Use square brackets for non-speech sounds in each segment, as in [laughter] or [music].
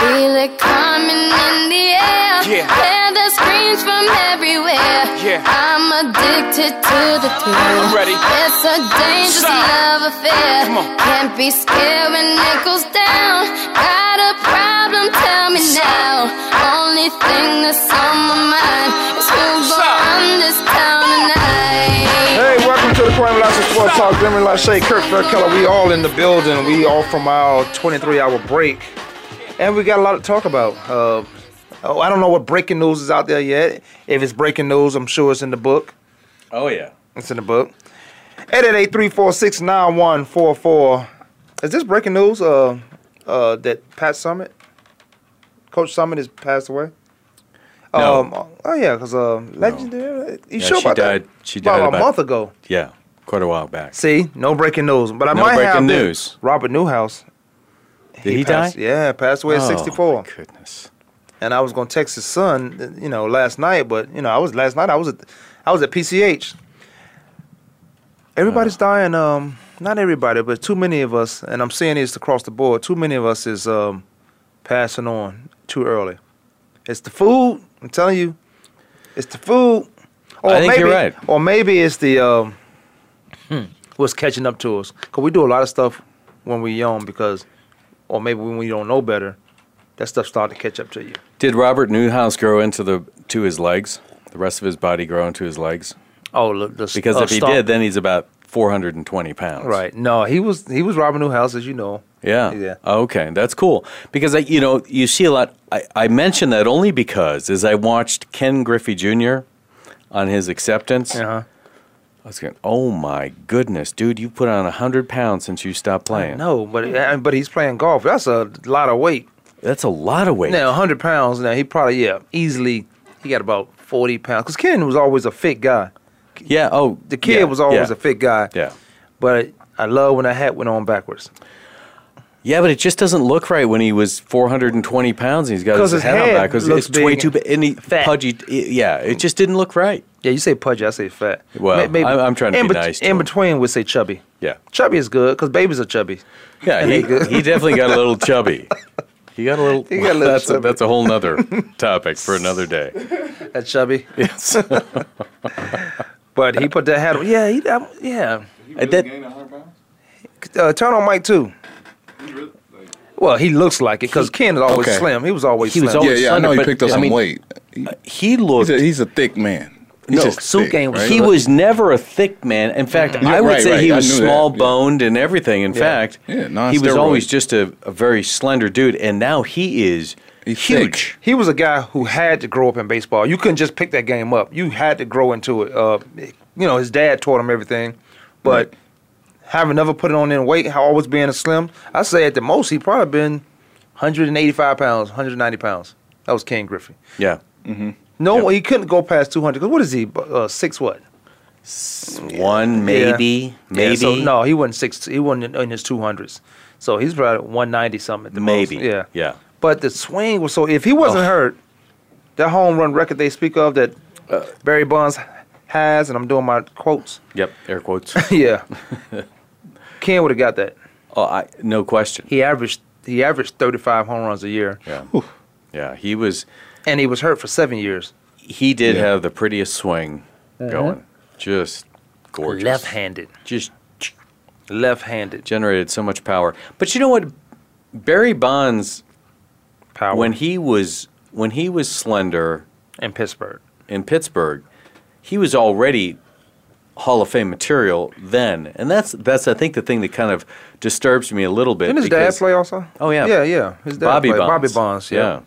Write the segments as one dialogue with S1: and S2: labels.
S1: feel it coming in the air.
S2: Yeah.
S1: Hear the screams from everywhere.
S2: Yeah.
S1: I'm addicted to the thrill.
S2: I'm ready.
S1: It's a dangerous
S2: Sigh.
S1: love affair.
S2: Come on.
S1: Can't be scared when it goes down. Got a problem? Tell me now. Only thing that's on my mind is who's gonna
S2: Sigh.
S1: run this town tonight.
S3: Hey, welcome to the Crime Lobster Sports Talk. Glimmer Lachey, Kirk Keller. We all in the building. We all from our 23-hour break, and we got a lot to talk about. Uh, oh, I don't know what breaking news is out there yet. If it's breaking news, I'm sure it's in the book.
S4: Oh yeah.
S3: It's in the book. 888-346-9144. Is this breaking news? Uh, uh, that Pat Summit, Coach Summit, has passed away.
S4: No.
S3: Um, oh yeah, because uh, legendary. You
S4: Yeah,
S3: sure
S4: she
S3: about
S4: died.
S3: that?
S4: She
S3: About
S4: died
S3: a
S4: about-
S3: month ago.
S4: Yeah. Quite a while back.
S3: See, no breaking news, but I
S4: No
S3: might have
S4: breaking
S3: this.
S4: news.
S3: Robert Newhouse.
S4: Did he die?
S3: passed, Yeah, passed away at
S4: Oh,
S3: 64.
S4: my goodness.
S3: And I was gonna text his son, you know, last night, but you know, I was last night. I was at, I was at PCH. Everybody's dying. Um, not everybody, but too many of us, and I'm seeing this across the board. Too many of us is um, passing on too early. It's the food. I'm telling you, it's the food. Or
S4: I think
S3: maybe,
S4: you're right. Hmm.
S3: Or maybe it's the um, what's catching up to us. Cause we do a lot of stuff when we're young, because, or maybe when we don't know better, that stuff started to catch up to you.
S4: Did Robert Newhouse grow into the to his legs? The rest of his body grow into his legs?
S3: Oh, the, the
S4: Because
S3: uh,
S4: if he
S3: stomp-
S4: did, then he's about 420 pounds.
S3: right? No, he was he was Robin Newhouse, as you know.
S4: Yeah.
S3: Yeah.
S4: Okay, that's cool. Because I, you know, you see a lot. I, I mention that only because as I watched Ken Griffey Jr. on his acceptance,
S3: Uh-huh.
S4: I was going, "Oh my goodness, dude, you put on hundred pounds since you stopped playing.
S3: No, but uh, but he's playing golf. That's a lot of weight.
S4: that's a lot of weight.
S3: Now, 100 pounds. Now he probably yeah easily he got about 40 pounds. Cause Ken was always a fit guy.
S4: Yeah. Oh,
S3: The kid
S4: yeah,
S3: was always
S4: yeah,
S3: a fit guy.
S4: Yeah.
S3: But I love when that hat went on backwards.
S4: Yeah, but it just doesn't look right when he was 420 pounds and he's got
S3: 'Cause
S4: his,
S3: his
S4: head,
S3: head
S4: on back because
S3: looks
S4: it's way
S3: big
S4: too big. And he,
S3: fat.
S4: pudgy. Yeah, it just didn't look right.
S3: Yeah, you say pudgy, I say fat.
S4: Well, I'm- I'm trying to
S3: in
S4: be nice to
S3: In
S4: him.
S3: between, we say chubby.
S4: Yeah.
S3: Chubby is good because babies are chubby.
S4: Yeah, he, he definitely got a little chubby. He got a
S5: [laughs]
S4: little.
S3: got a little
S4: that's,
S3: chubby.
S4: A, that's a whole nother topic for another day.
S3: That chubby.
S4: Yes.
S3: [laughs] But he put that hat on. Yeah, he, that, yeah.
S4: I did-
S3: Uh, turn on Mike too. Well, he looks like it because Ken is always
S5: okay.
S3: slim. He was always
S4: He was
S3: slim.
S5: Yeah,
S4: always-
S5: yeah, I know he
S4: But,
S5: picked up
S4: I
S5: some
S4: mean,
S5: weight.
S4: he looked.
S5: He's a, he's a thick man. He's
S4: no,
S5: just
S3: Suit
S5: thick,
S3: Gang was
S5: right? Mm-hmm.
S4: he was never a thick man. In fact, I would
S5: right,
S4: say
S5: right.
S4: he
S5: I
S4: was
S5: knew that,
S4: small
S5: yeah.
S4: boned and everything. In fact,
S5: Yeah, non-steroid.
S4: he was always just a, a very slender dude, and now he is
S5: He's
S4: huge.
S3: He was a guy who had to grow up in baseball. You couldn't just pick that game up. You had to grow into it. Uh, you know, his dad taught him everything, but having never put it on in weight, how always being a slim, I say at the most he probably been 185 pounds, 190 pounds. That was Ken Griffey.
S4: Yeah,
S3: No, he couldn't go past 200. Cause what is he? Uh, six what?
S4: one maybe, maybe.
S3: Yeah, so no, he wasn't six. He wasn't in- in his two hundreds. So he's probably one ninety something at the
S4: Maybe.
S3: most. Yeah.
S4: Yeah.
S3: But the swing was so. If he wasn't
S4: Oh.
S3: hurt, that home run record they speak of that uh, Barry Bonds has, and I'm doing my quotes.
S4: Yep. Air quotes.
S3: [laughs] yeah. [laughs] Ken would have got that.
S4: oh, I, no question.
S3: He averaged he averaged 35 home runs a year,
S4: Yeah. Yeah. He was.
S3: and he was hurt for seven years.
S4: He did
S5: Yeah.
S4: have the prettiest swing
S3: Uh-huh.
S4: going. Just gorgeous.
S3: Left-handed.
S4: Just
S3: Left-handed.
S4: generated so much power. But you know what? Barry Bonds,
S3: Power
S4: when he was when he was slender
S3: in Pittsburgh.
S4: in Pittsburgh, he was already Hall of Fame material then, and that's that's I think the thing that kind of disturbs me a little bit.
S3: Didn't his dad
S4: because-
S3: play also?
S4: Oh yeah,
S3: Yeah, yeah. His dad
S4: Bobby
S3: played.
S4: Bonds. Um,
S3: Bobby Bonds. yeah.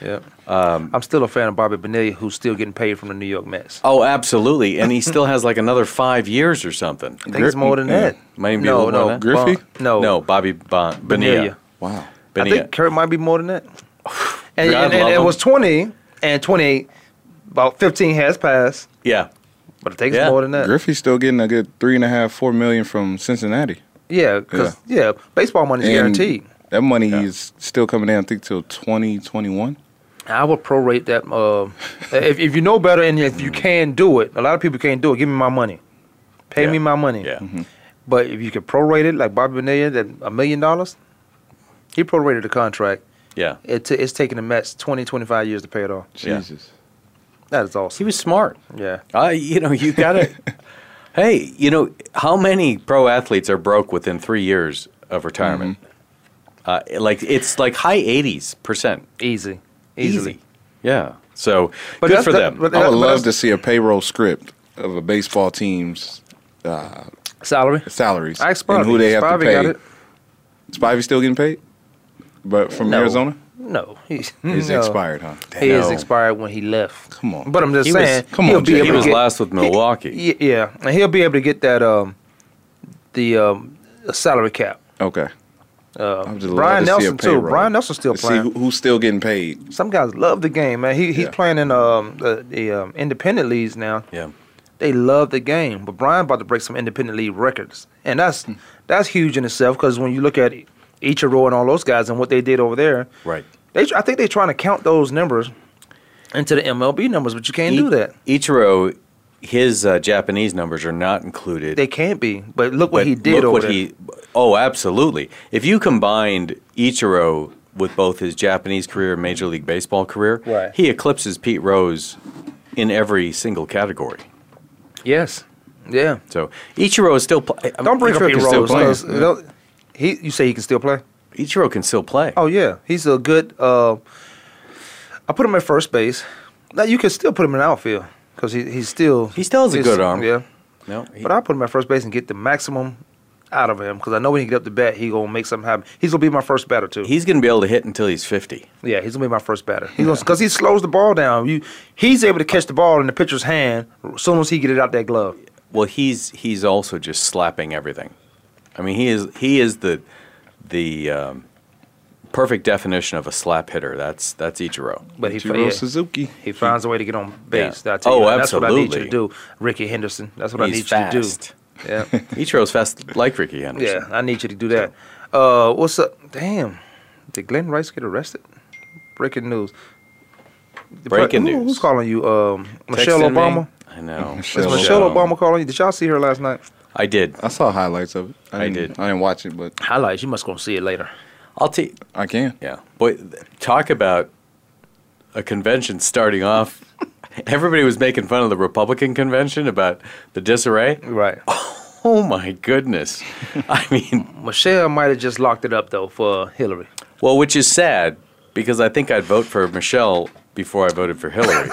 S3: Yeah. I'm still a fan of Bobby Bonilla, who's still getting paid from the New York Mets.
S4: Oh, absolutely, and he still has like another five years or something.
S3: I think it's more than
S5: yeah.
S3: that.
S4: Might even be a
S3: no,
S4: little
S3: no,
S4: more than that.
S5: Griffey?
S3: Bon- no,
S4: No, Bobby bon- Bonilla.
S3: Bonilla.
S5: Wow.
S3: I
S4: Bonilla.
S3: think Kurt might be more
S4: [sighs]
S3: than that. And,
S4: God
S3: and, and
S4: love
S3: it
S4: him.
S3: was 20 and 28. About 15 has passed,
S4: yeah.
S3: but I think it's
S4: Yeah.
S3: more than that.
S5: Griffey's still getting a good three and a half, four million from Cincinnati.
S3: yeah, because yeah. baseball money's
S5: And
S3: guaranteed.
S5: That money is still coming in, I think, till 2021.
S3: I would prorate that. Uh, if, if you know better and if you can do it, a lot of people can't do it. Give me my money, pay
S4: Yeah.
S3: me my money.
S4: Yeah.
S3: But if you could prorate it like Bobby Bonilla, that a million dollars, he prorated the contract.
S4: Yeah.
S3: It t- it's taking the Mets 20, 25 years to pay it off.
S4: Yeah.
S5: Jesus.
S3: That is
S4: He
S3: awesome.
S4: was smart.
S3: Yeah.
S4: I, you know, you gotta. [laughs] hey, you know, how many pro athletes are broke within three years of retirement?
S3: Mm-hmm.
S4: Uh, like it's like high eighties percent,
S3: Easy. Easily.
S4: Easy. Yeah. So
S3: But
S4: good
S3: that's-
S4: for
S3: that-
S4: them.
S3: but
S5: I
S3: that-
S5: would
S3: but
S5: love to
S3: that's-
S5: see a payroll script of a baseball team's
S3: Salary.
S5: salaries
S3: I
S5: and who they have to
S3: Spivey got
S5: pay.
S3: it.
S5: Spivey still getting paid, but from
S3: No.
S5: Arizona,
S3: No. He's,
S5: he's
S3: no.
S5: expired, huh?
S3: He is
S4: No.
S3: expired when he left.
S5: Come on.
S3: But I'm just
S4: He was-
S3: saying.
S5: come
S3: he'll
S5: on,
S3: be
S5: Jay.
S3: able
S4: he
S3: to
S4: was
S3: get-
S4: last with Milwaukee.
S3: Y- Yeah, and he'll be able to get that um, the um, salary cap.
S5: Okay.
S3: Uh,
S5: I would just love
S3: Brian
S5: to see a
S3: Nelson too.
S5: payroll.
S3: Brian Nelson's still
S5: To See
S3: playing.
S5: who, who's still getting paid.
S3: Some guys love the game, man. He he's
S5: Yeah.
S3: playing in um, the, the um, independent leagues now.
S4: Yeah.
S3: They love the game, but Brian about to break some independent league records, and that's
S5: Hmm.
S3: that's huge in itself because when you look at Ichiro and all those guys and what they did over there,
S4: Right.
S3: They tr- I think they're trying to count those numbers into the MLB numbers, but you can't do that.
S4: I- Ichiro, his uh, Japanese numbers are not included.
S3: They can't be. But look what
S4: but
S3: he did
S4: look
S3: over
S4: what
S3: there.
S4: he oh absolutely if you combined ichiro with both his japanese career and major league baseball career
S3: Right.
S4: he eclipses pete rose in every single category
S3: yes. Yeah.
S4: so ichiro is still play, I mean,
S3: Don't bring up
S4: ichiro,
S3: Pete
S4: can still
S3: Rose. uh,
S4: play.
S5: playing.
S3: 'cause they'll- He, you say he can still play?
S4: ichiro can still play
S3: Oh yeah, he's a good. Uh, I put him at first base. Now you can still put him in outfield because he, he's still
S4: He still has a
S3: he's-
S4: good arm.
S3: Yeah,
S4: no he-
S3: but I put him at first base and get the maximum out of him because I know when he get up the bat, he gonna make something happen. He's gonna be my first batter too.
S4: he's going to be able to hit until he's 50
S3: yeah, he's gonna be my first batter. He's gonna because he slows the ball down. You he's able to catch the ball in the pitcher's hand as soon as he get it out that glove.
S4: well he's he's also just slapping everything i mean he is he is the the um, perfect definition of a slap hitter that's that's ichiro
S3: But he
S5: Ichiro
S3: yeah.
S5: Suzuki.
S3: He finds a way to get on base.
S4: Yeah.
S3: I tell you
S4: Oh,
S3: that. That's what I need you
S4: absolutely.
S3: to do, Ricky Henderson. That's what
S4: He's
S3: I need you
S4: fast.
S3: to do.
S4: [laughs]
S3: Yeah,
S4: Ichiro's fast like Ricky Henderson.
S3: yeah, I need you to do that. Uh, what's up? Damn, did Glenn Rice get arrested? Breaking news. The pre-
S4: Breaking
S3: who-
S4: news.
S3: Who's calling you? Um, Michelle
S4: Texting me.
S3: Obama.
S4: I know.
S5: Michelle
S3: Is
S5: Michelle
S3: [laughs] Michelle Obama calling you? Did y'all see her last night?
S4: I did.
S5: I saw highlights of it.
S4: I
S5: didn't-
S4: did.
S5: I didn't watch it, but
S3: Highlights. You must gonna see it later.
S4: I'll take.
S5: I can.
S4: Yeah. Boy, th- talk about a convention starting off. [laughs] Everybody was making fun of the Republican convention about the disarray.
S3: Right.
S4: Oh my goodness. [laughs] I mean,
S3: Michelle might have just locked it up though for Hillary.
S4: well, which is sad because I think I'd vote for Michelle before I voted for
S5: [laughs]
S4: Hillary.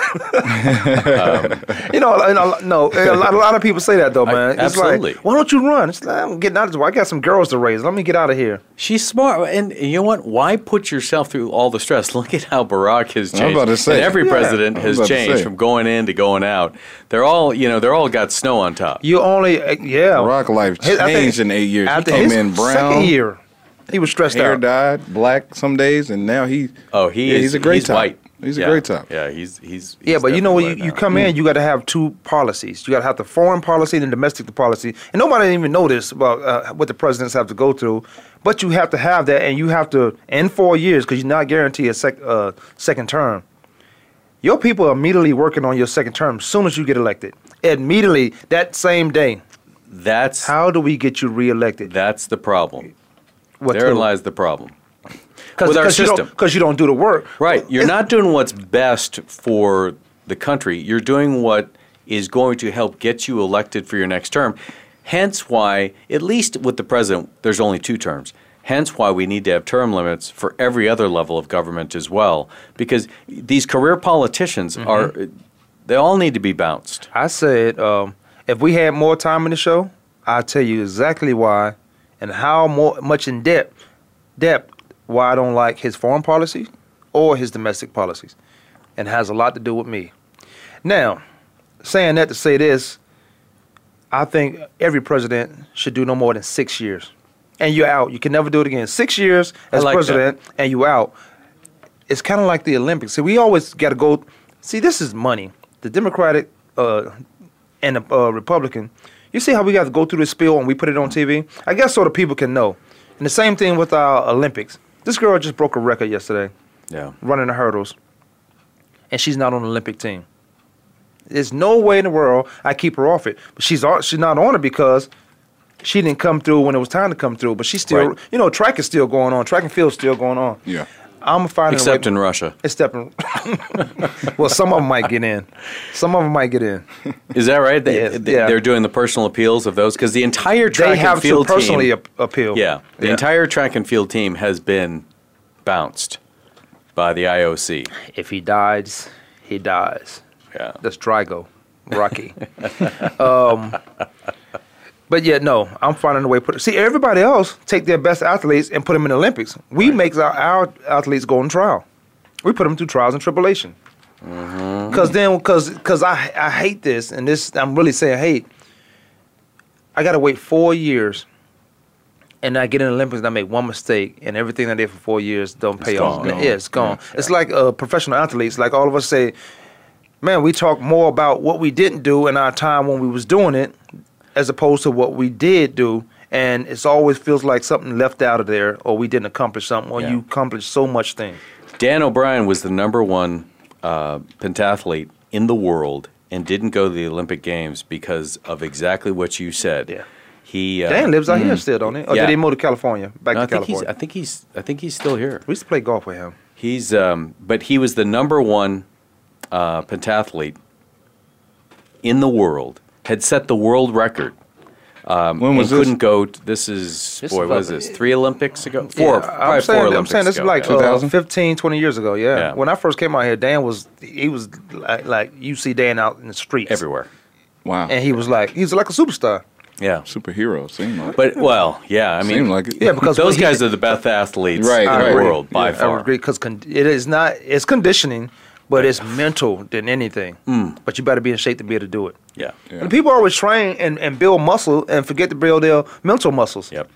S3: You know, you know no, a lot, a lot of people say that
S4: [laughs]
S3: though,
S4: I-
S3: man. it's
S4: absolutely.
S3: like, why don't you run? It's like, I'm getting out of this. I got some girls to raise. Let me get out of here.
S4: She's smart, and you know what? Why put yourself through all the stress? [laughs] Look at how Barack has changed.
S5: I'm about to say.
S4: and every
S5: Yeah.
S4: president
S5: I was
S4: has
S5: about to
S4: changed
S5: say.
S4: from going in to going out. They're all, you know, they're all got snow on top.
S3: You only, uh, yeah.
S4: Oh.
S5: Rock life
S3: His- I think-
S5: changed in eight years. He
S3: After
S5: came
S3: his
S5: in brown,
S3: second year, he was stressed
S5: hair
S3: out.
S5: dyed, black some days, and now he.
S4: oh, he
S5: yeah,
S4: is.
S5: he's a great
S4: he's
S5: top.
S4: White.
S5: He's a
S4: Yeah.
S5: great top.
S4: Yeah, he's he's.
S3: Yeah,
S4: he's
S3: but you know when
S4: definitely white
S3: you, you
S4: now. Mm.
S3: come in, you got to have two policies. You got to have the foreign policy and domestic policy. And nobody even know this about uh, what the presidents have to go through, but you have to have that, and you have to in four years because you're not guaranteed a sec, uh, second term. Your people are immediately working on your second term as soon as you get elected. Immediately that same day.
S4: That's
S3: How do we get you reelected?
S4: that's the problem.
S3: What
S4: Therein
S3: to-
S4: lies the problem.
S3: Cause,
S4: with our
S3: cause you don't-
S4: system.
S3: Cause you don't do the work.
S4: Right. You're
S3: It's-
S4: not doing what's best for the country. You're doing what is going to help get you elected for your next term. Hence why, at least with the president, there's only two terms. Hence why we need to have term limits for every other level of government as well, because these career politicians
S3: Mm-hmm.
S4: are, they all need to be bounced.
S3: I said, um, if we had more time in the show, I'll tell you exactly why and how more, much in depth depth why I don't like his foreign policy or his domestic policies, and has a lot to do with me. Now, saying that to say this, I think every president should do no more than six years, and you're out. You can never do it again. Six years as
S4: like that.
S3: president, and you out. It's kind of like the Olympics. See, we always got to go. See, this is money. The Democratic uh, and the uh, Republican. You see how we got to go through this spiel and we put it on TV? I guess so the people can know. And the same thing with our Olympics. This girl just broke a record yesterday
S4: Yeah.
S3: running the hurdles, and she's not on the Olympic team. There's no way in the world I keep her off it. But she's on, she's not on it because she didn't come through when it was time to come through. But she's still,
S4: Right.
S3: you know, track is still going on. Track and field's still going on.
S5: Yeah.
S3: I'm finding a way-
S4: Except in Russia.
S3: Except in [laughs] well, some of them might get in. Some of them might get in.
S4: Is that right? They,
S3: Yes,
S4: they-
S3: yeah.
S4: They're doing the personal appeals of those because the entire track
S3: They have
S4: and
S3: to
S4: field
S3: personally
S4: team,
S3: ap- appeal.
S4: yeah, the entire track and field team has been bounced by the IOC.
S3: If he dies, he dies.
S4: Yeah,
S3: That's Drago, Rocky. [laughs] um, but yeah, no, I'm finding a way. to Put see everybody else take their best athletes and put them in the Olympics. We make our, our athletes go on trial. We put them through trials and tribulation. Because then, because because I I hate this, and this I'm really saying hate. I gotta wait four years, and I get in the Olympics and I make one mistake, and everything I did for four years don't pay off.
S4: gone.
S3: Yeah, it's gone. It's like uh, professional athletes. Like all of us say, man, we talk more about what we didn't do in our time when we was doing it, as opposed to what we did do. And it's always feels like something left out of there, or we didn't accomplish something, or
S4: Yeah.
S3: you accomplished so much thing.
S4: Dan O'Brien was the number one uh, pentathlete in the world and didn't go to the Olympic Games because of exactly what you said.
S3: Yeah.
S4: He uh,
S3: Dan lives out here still, don't he? Or
S4: Yeah.
S3: did he move to California? Back
S4: no, I
S3: to
S4: think he's.
S3: California.
S4: I think he's. I think he's still here.
S3: we used to play golf with him.
S4: He's. Um, but he was the number one uh, pentathlete in the world. Had set the world record.
S5: when was
S4: Um, and
S5: this?
S4: couldn't go. t- this is
S3: This
S4: boy.
S3: is
S4: What is
S3: about-
S4: this? Three Olympics ago? Four.
S3: Yeah,
S4: probably
S3: I'm saying,
S4: four
S3: I'm
S4: Olympics
S3: saying this is
S4: ago,
S3: like
S4: yeah.
S3: uh,
S5: 2000?
S3: 15, 20 years ago. Yeah.
S4: Yeah.
S3: When I first came out here, Dan was he was like, like you see Dan out in the streets
S4: everywhere.
S5: Wow.
S3: and he was like he was like a superstar.
S4: Yeah.
S5: Superhero, seemed like.
S4: But well, yeah. I mean,
S5: seemed like it.
S3: Yeah, because
S4: those
S3: when he-
S4: guys are the best athletes
S5: Right,
S4: in
S5: right.
S4: the world by
S3: Yeah, I
S4: far.
S3: would agree because con- it is not it's conditioning, but it's mental than anything. But you better be in shape to be able to do it.
S4: Hmm. Yeah.
S5: [laughs] Yeah.
S3: And people always train and, and build muscle and forget to build their mental muscles.
S4: Yep.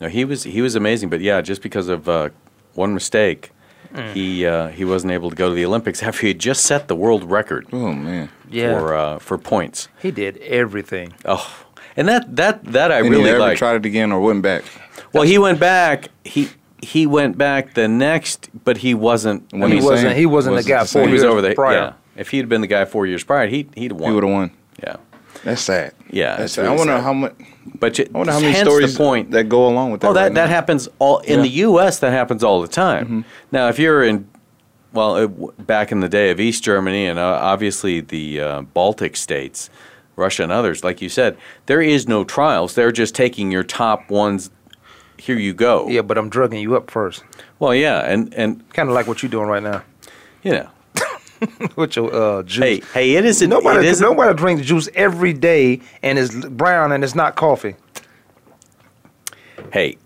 S4: No, he was he was amazing, but yeah, just because of uh, one mistake,
S3: Mm.
S4: he uh, he wasn't able to go to the Olympics after he had just set the world record
S5: Oh man.
S3: Yeah,
S4: for uh, for points.
S3: he did everything.
S4: Oh, and that that that I
S5: And he
S4: really
S5: never
S4: like.
S5: tried it again or went back.
S4: Well, he went back. He he went back the next, but he wasn't. I
S5: Wasn't
S4: mean,
S3: He
S5: the
S3: wasn't.
S5: same.
S3: He wasn't the
S5: Wasn't
S3: guy four
S5: the same.
S4: he was
S3: years
S4: over there.
S3: prior.
S4: Yeah. If he'd been the guy four years prior, he he'd won.
S5: He would have won.
S4: Yeah.
S5: That's sad.
S4: Yeah,
S5: That's
S4: it's
S5: sad.
S4: really
S5: I wonder
S4: sad.
S5: how much.
S4: But you,
S5: I wonder how many
S4: hence
S5: stories
S4: the point
S5: that go along with that.
S4: Oh, that,
S5: right
S4: that
S5: now.
S4: happens all in
S5: Yeah. Mm-hmm.
S4: the U.S. That happens all the time. Now, if you're in, well, it, w- back in the day of East Germany and uh, obviously the uh, Baltic states, Russia and others, like you said, there is no trials. They're just taking your top ones. Here you go.
S3: Yeah, but I'm drugging you up first,
S4: Well, yeah, and and
S3: kind of like what you're doing right now [laughs]
S4: you know,
S3: with your uh, juice.
S4: hey, hey, it isn't.
S3: Nobody,
S4: it isn't-
S3: nobody drinks juice every day and it's brown and it's not coffee.
S4: Hey,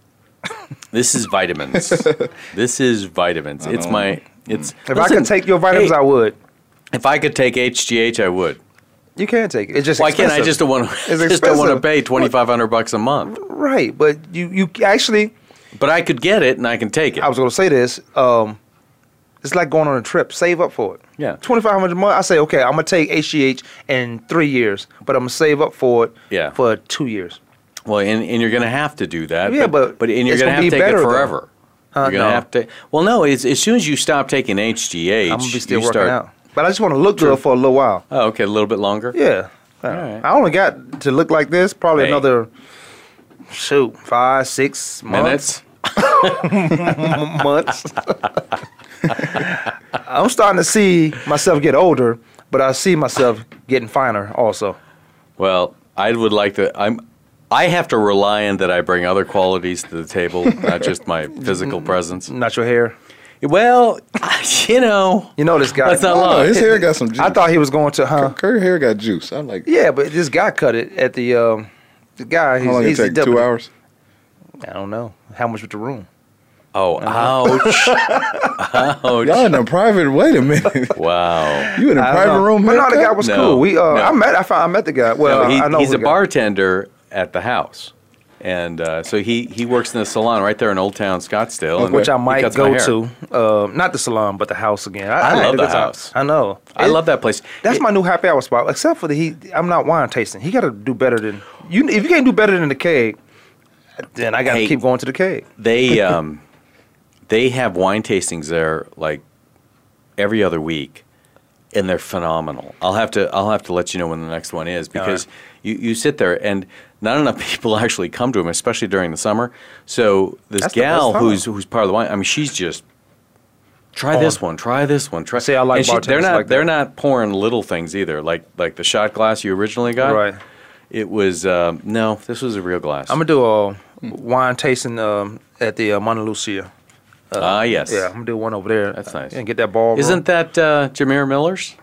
S4: this is
S3: [laughs]
S4: vitamins. this is vitamins. It's
S5: don't-
S4: my. It's.
S3: If I could take your vitamins, I would.
S4: If I could take HGH, I would.
S3: You can take it. It's just
S4: Why can't I
S3: expensive.
S4: just don't want to? [laughs] Just don't
S3: expensive.
S4: want to pay twenty five hundred bucks a month.
S3: right? But you, you actually,
S4: But I could get it and I can take it.
S3: I was going to say this. Um, it's like going on a trip. Save up for it.
S4: Yeah.
S3: twenty five hundred a month. I say, okay, I'm gonna take HGH in three years, but I'm gonna save up for it.
S4: Yeah.
S3: for two years.
S4: well, and, and you're going to have to do that.
S3: Yeah,
S4: but
S3: but
S4: and you're
S3: it's
S4: going to
S3: gonna
S4: have
S3: be
S4: to take
S3: better,
S4: it
S3: though.
S4: forever.
S3: Huh,
S4: you're going to
S3: no.
S4: have to. Well, no. It's, as soon as you stop taking HGH,
S3: I'm gonna be still
S4: you
S3: working
S4: start.
S3: out, but I just want to look good for a little while.
S4: Oh, okay, a little bit longer.
S3: Yeah,
S4: right.
S3: I only got to look like this probably
S4: Hey.
S3: another shoot five six months.
S4: Minutes.
S3: months. [laughs] I'm starting to see myself get older, but I see myself getting finer also.
S4: Well, I would like to. I'm. I have to rely on that I bring other qualities to the table, not just
S3: [laughs]
S4: my physical
S3: Mm-hmm.
S4: presence.
S3: Not your hair.
S4: Well, [laughs] you know,
S3: You know this guy.
S4: That's not
S5: Oh,
S4: lie.
S5: his hair got some juice.
S3: I thought he was going to, huh?
S5: Curry hair got juice. I like.
S3: Uh-huh. Yeah, but this guy cut it at the um, the guy. He's,
S5: How long it
S3: he's the
S5: take? Two
S3: deputy.
S5: hours.
S3: I don't know how much with the room.
S4: Oh, ouch.
S3: Uh-huh. [laughs]
S4: ouch.
S5: Y'all in a private. Wait a minute.
S4: Wow.
S5: you in a
S3: I don't
S5: private
S3: know.
S5: room?
S3: But no, the guy
S5: haircut?
S3: was
S4: No,
S3: cool. We uh,
S4: no.
S3: I met I found I met the guy. Well,
S4: No, he-
S3: I know
S4: he's
S3: the
S4: a
S3: guy.
S4: bartender at the house. And uh, so he, he works in the salon right there in Old Town Scottsdale. and
S3: which I
S4: he
S3: might
S4: cuts my
S3: go
S4: hair.
S3: to. Uh, not the salon, but the house again.
S4: love
S3: I, had a
S4: the
S3: good time.
S4: house.
S3: I know.
S4: I
S3: It-
S4: love that place.
S3: That's
S4: It-
S3: my new happy hour spot. Except for the he, I'm not wine tasting. He got to do better than you. If you can't do better than the keg, then I got to
S4: Hey.
S3: keep going to the keg.
S4: They, um, they have wine tastings there like every other week. And they're phenomenal. I'll have to I'll have to let you know when the next one is because you, you sit there and not enough [laughs] people actually come to them, especially during the summer. So this
S3: That's the best
S4: gal
S3: time. Oh.
S4: who's who's part of the wine, I mean, she's just Try this one. Try this one. Try.
S3: See, I like
S4: And they're
S3: bartenders
S4: not.
S3: like that.
S4: They're not pouring little things either. Like like the shot glass you originally got.
S3: Right.
S4: It was um, no. This was a real glass.
S3: I'm gonna do a wine tasting um, at the uh, Monte Lucia.
S4: Ah yes.
S3: Yeah, I'm gonna do one over there.
S4: That's nice.
S3: And get that ball.
S4: Isn't that uh, Jameer Miller's?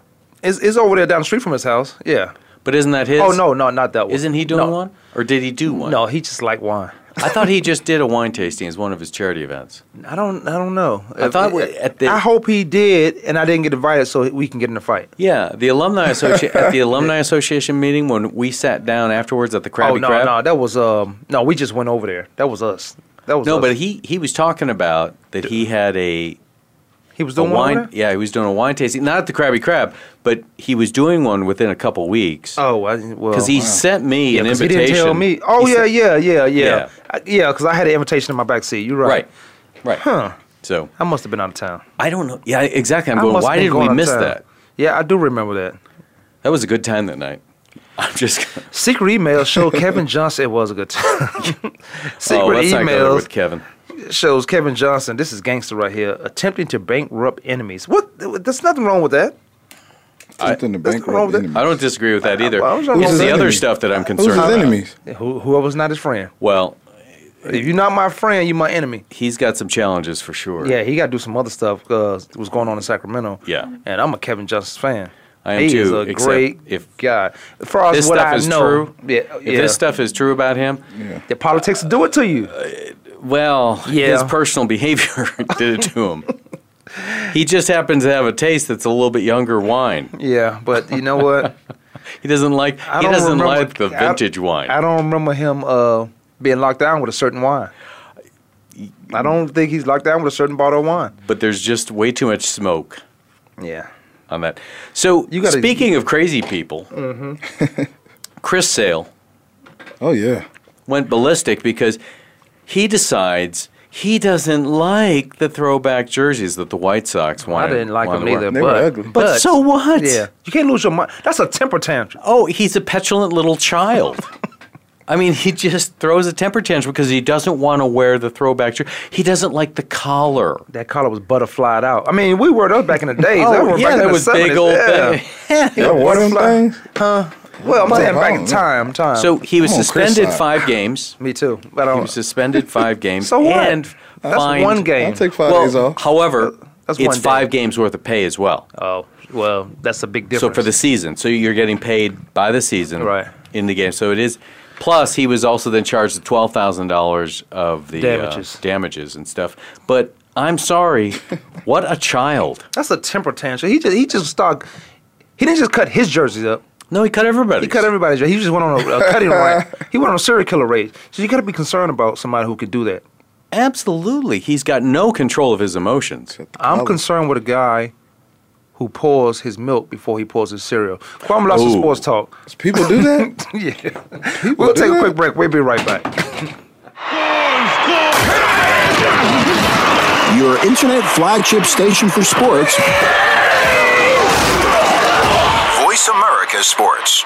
S3: it's, it's over there down the street from his house? Yeah.
S4: But isn't that his?
S3: oh no, no, not that one.
S4: Isn't he doing
S3: No.
S4: one? Or did he do one?
S3: No, he just like wine.
S4: I thought he just did a wine tasting as one of his charity events.
S3: I don't. I don't know.
S4: I thought we- at the-
S3: I hope he did, and I didn't get invited, so we can get in a fight.
S4: Yeah, the alumni association at the alumni association meeting when we sat down afterwards at the Krabby
S3: oh no,
S4: Krab.
S3: no, that was um, no, we just went over there. That was us. That was
S4: No,
S3: us.
S4: but he he was talking about that he had a,
S3: he was
S4: a
S3: doing one.
S4: wine.
S3: over there?
S4: Yeah, he was doing a wine tasting, not at the Krabby Krab, but he was doing one within a couple weeks.
S3: Oh, I, didn't- well,
S4: because he
S5: wow.
S4: sent me
S3: yeah,
S4: an
S3: 'cause
S4: invitation.
S3: He didn't tell me. Oh
S4: He
S3: yeah,
S4: sent-
S3: yeah, yeah,
S4: Yeah.
S3: yeah, I- yeah. Because I had an invitation in my back seat. You're right.
S4: right, right.
S3: Huh.
S4: So
S3: I must have been out of town.
S4: I don't know. Yeah, exactly. I'm
S3: I
S4: going.
S3: must
S4: Why
S3: have been
S4: did we
S3: going out of
S4: miss
S3: town.
S4: that?
S3: Yeah, I do remember that.
S4: That was a good time that night. I'm
S3: [laughs]
S4: just.
S3: Secret
S4: [laughs]
S3: emails show Kevin Johnson. It was a good time. Secret
S4: oh, let's not go there
S3: emails
S4: with Kevin.
S3: shows Kevin Johnson. This is gangster right here, attempting to bankrupt enemies. What? There's nothing wrong with that.
S5: Something to
S3: that's
S5: bankrupt
S3: wrong with it.
S5: enemies.
S4: I don't disagree with that either.
S3: I was on
S4: it's
S5: his
S4: the other
S5: enemy.
S4: stuff that I'm concerned
S5: Who's his
S4: about.
S5: enemies?
S3: Who, whoever's not his friend.
S4: Well,
S3: If you're not my friend, you're my enemy.
S4: he's got some challenges for sure.
S3: Yeah, he got to do some other stuff because what's going on in Sacramento.
S4: Yeah.
S3: and I'm a Kevin Johnson fan.
S4: I am
S3: he is
S4: too,
S3: a
S4: except
S3: great
S4: if
S3: guy. As far as
S4: This
S3: what
S4: stuff
S3: I
S4: is
S3: know,
S4: true.
S3: yeah,
S4: If
S3: yeah.
S4: this stuff Uh, is true about him,
S5: Yeah.
S3: the politics do it to you.
S4: well,
S3: Yeah.
S4: his personal behavior [laughs] did it to him. he just happens to have a taste that's a little bit younger wine.
S3: yeah, but you
S4: [laughs]
S3: know what?
S4: He doesn't like.
S3: I
S4: He
S3: don't
S4: doesn't
S3: remember-
S4: like the
S3: I-
S4: vintage wine.
S3: I don't remember him uh, being locked down with a certain wine. I don't think he's locked down with a certain bottle of wine.
S4: but there's just way too much smoke
S3: Yeah.
S4: on that. So
S3: You gotta- Mm-hmm.
S4: speaking of crazy people, Chris Sale.
S5: Oh yeah.
S4: went ballistic because he decides he doesn't like the throwback jerseys that the White Sox wanted.
S3: I didn't like
S4: wanted
S3: him
S4: to wear.
S3: either.
S5: They
S3: but,
S5: were ugly.
S4: But so what?
S3: Yeah. You can't lose your mind. That's a temper tantrum.
S4: Oh, he's a petulant little
S3: [laughs]
S4: child. I mean, he just throws a temper tantrum because he doesn't want to wear the throwback jersey. He doesn't like the collar.
S3: That collar was butterflied out. I mean, we wore those back in the days. I remember back in
S4: Oh, that
S3: the
S4: was big
S3: 70s.
S4: old
S3: Yeah.
S4: thing. [laughs] Yeah.
S5: Y'all wore them
S3: Butterfly.
S5: things?
S3: Well, I'm saying back
S5: Oh,
S3: in time, time.
S4: So he was
S5: Come on, Chris
S4: suspended
S5: Sale.
S4: five games.
S3: me too. But I
S4: He
S3: don't,
S4: was suspended five games.
S3: so what?
S4: And
S3: That's
S4: fined-
S3: one game.
S5: I'll take five
S4: well,
S5: days off.
S4: However,
S3: That's
S4: it's
S3: one day.
S4: five games worth of pay as well.
S3: oh, well, that's a big
S4: So
S3: difference.
S4: for the season, so you're getting paid by the season,
S3: Right.
S4: In the game, so it is. Plus, he was also then charged with twelve thousand dollars of the uh,
S3: Damages.
S4: damages and stuff. But I'm
S3: [laughs]
S4: sorry, what a child!
S3: that's a temper tantrum. He just he just stuck. He didn't just cut his jerseys up.
S4: No, he cut everybody.
S3: He cut everybody's. He just went on
S5: [laughs]
S3: a, a cutting rant. He went on a serial killer rage. So you got to be concerned about somebody who could do that.
S4: Absolutely, he's got no control of his emotions.
S3: I'm concerned with a guy who pours his milk before he pours his cereal. Kwame Lasse's
S4: Ooh.
S3: sports
S5: [laughs]
S3: talk.
S5: People do that?
S3: [laughs] yeah. We'll
S5: do
S3: take a
S5: that?
S3: quick break. We'll be right back.
S2: Your internet flagship station for sports.
S6: Voice America Sports.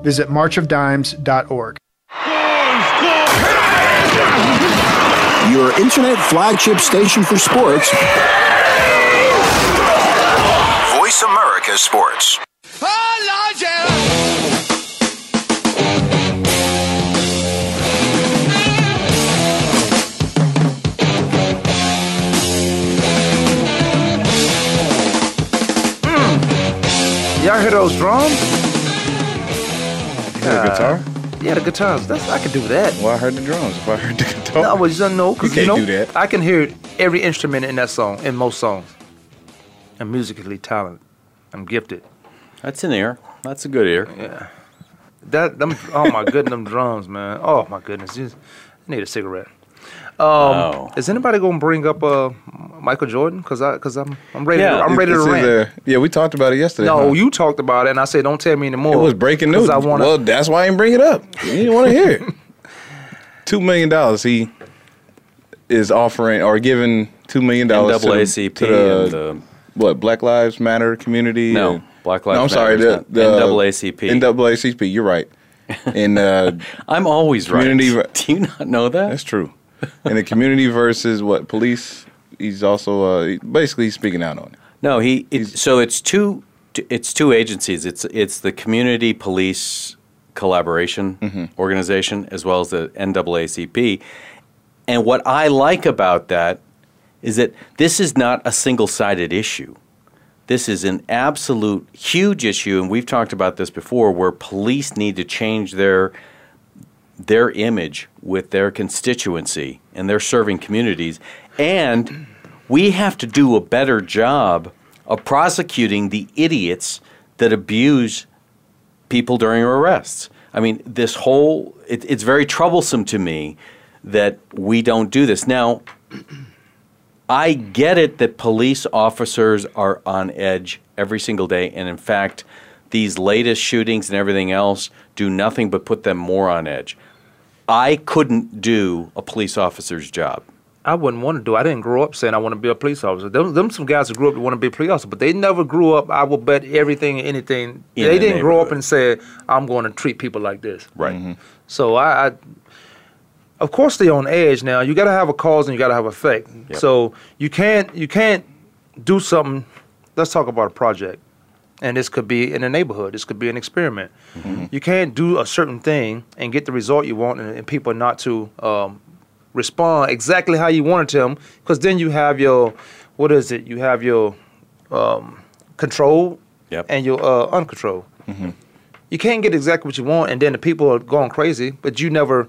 S7: visit marchofdimes.org.
S2: Your internet flagship station for sports.
S6: Voice America Sports.
S3: Y'all hear those drums? Uh,
S5: Yeah, guitar?
S3: Yeah, the guitars. That's I could do that.
S5: Well, I heard the drums. If I heard the guitar,
S3: No, I was just no. 'cause,
S5: You
S3: you
S5: can't
S3: know,
S5: do that.
S3: I can hear every instrument in that song, in most songs. I'm musically talented. I'm gifted.
S4: That's an ear. That's a good ear.
S3: That them. Oh my goodness, them drums, man. Oh my goodness, you- I need a cigarette.
S4: oh.
S3: Um, Is anybody gonna bring up uh, Michael Jordan? Cause I, cause I'm, I'm ready.
S4: Yeah.
S3: to, I'm
S5: It-
S3: ready to
S5: it's in
S3: rant.
S5: there. Yeah, we talked about it yesterday.
S3: No,
S5: huh?
S3: you talked about it, and I said, don't tell me anymore.
S5: It was breaking
S3: 'cause
S5: news.
S3: I want
S5: well, that's why I didn't bring it up. You didn't want to
S3: [laughs]
S5: hear it. Two million dollars. He is offering or giving two million dollars to, the-
S4: NAACP
S5: to the,
S4: and the
S5: what Black Lives Matter community.
S4: No,
S5: and-
S4: Black Lives
S5: No, I'm sorry.
S4: Matter is
S5: The,
S4: not-
S5: the
S4: NAACP.
S5: NAACP.
S4: [laughs]
S5: You're right. And uh,
S4: I'm always right. [laughs]
S5: Community re-
S4: Do you not know that?
S5: that's true. And the community versus what police. He's also uh, basically he's speaking out on it.
S4: No, he. It, so it's two. t- It's two agencies. It's it's the community police collaboration organization as well as the NAACP. And what I like about that is that this is not a single-sided issue. This is an absolute huge issue, and we've talked about this before, where police need to change their their image with their constituency and their serving communities. And we have to do a better job of prosecuting the idiots that abuse people during arrests. I mean, this whole, it, it's very troublesome to me that we don't do this. Now, I get it that police officers are on edge every single day, and in fact, these latest shootings and everything else do nothing but put them more on edge. I couldn't do a police officer's job.
S3: I wouldn't want to do. I didn't grow up saying I want to be a police officer. Them, them some guys who grew up to want to be a police officer, but they never grew up. I will bet everything and anything.
S4: In
S3: they
S4: the
S3: didn't grow up
S4: neighborhood.
S3: and say I'm going to treat people like this.
S4: Right.
S3: So I, I of course they're on edge now. You got to have a cause and you got to have effect.
S4: Yep.
S3: So you can't you can't do something. Let's talk about a project, and this could be in a neighborhood. This could be an experiment. You can't do a certain thing and get the result you want, and, and people not to um, respond exactly how you wanted them, because then you have your what is it? You have your um, control
S4: Yep.
S3: and your uh, uncontrolled you can't get exactly what you want, and then the people are going crazy. But you never,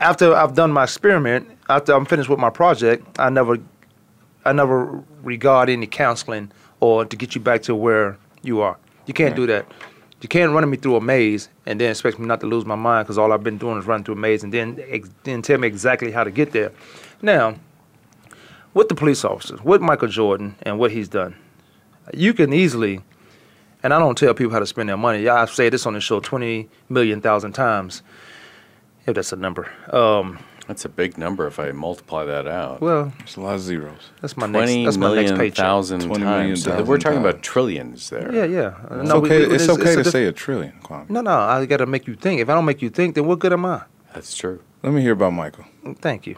S3: after I've done my experiment, after I'm finished with my project, I never, I never regard any counseling or to get you back to where you are. You can't do that. You can't run me through a maze and then expect me not to lose my mind because all I've been doing is running through a maze and then ex- then tell me exactly how to get there. Now, with the police officers, with Michael Jordan and what he's done, you can easily and I don't tell people how to spend their money. Yeah, I've said this on the show 20 million thousand times, if that's a number. Um,
S4: That's a big number if I multiply that out.
S3: well,
S5: It's a lot of zeros.
S3: that's my next.
S4: Twenty
S3: That's my next
S4: million
S3: paycheck.
S4: thousand
S5: 20 million
S4: times. So we're talking
S5: thousand
S4: about
S5: times.
S4: trillions there.
S3: Yeah, yeah. Uh,
S5: It's
S3: no, we-
S5: okay.
S3: we-
S5: it's,
S3: it's-
S5: okay
S3: it's a
S5: to
S3: diff-
S5: say a trillion, Kwame.
S3: No, no, I got to make you think. If I don't make you think, then what good am I?
S4: That's true.
S5: Let me hear about Michael.
S3: Thank you,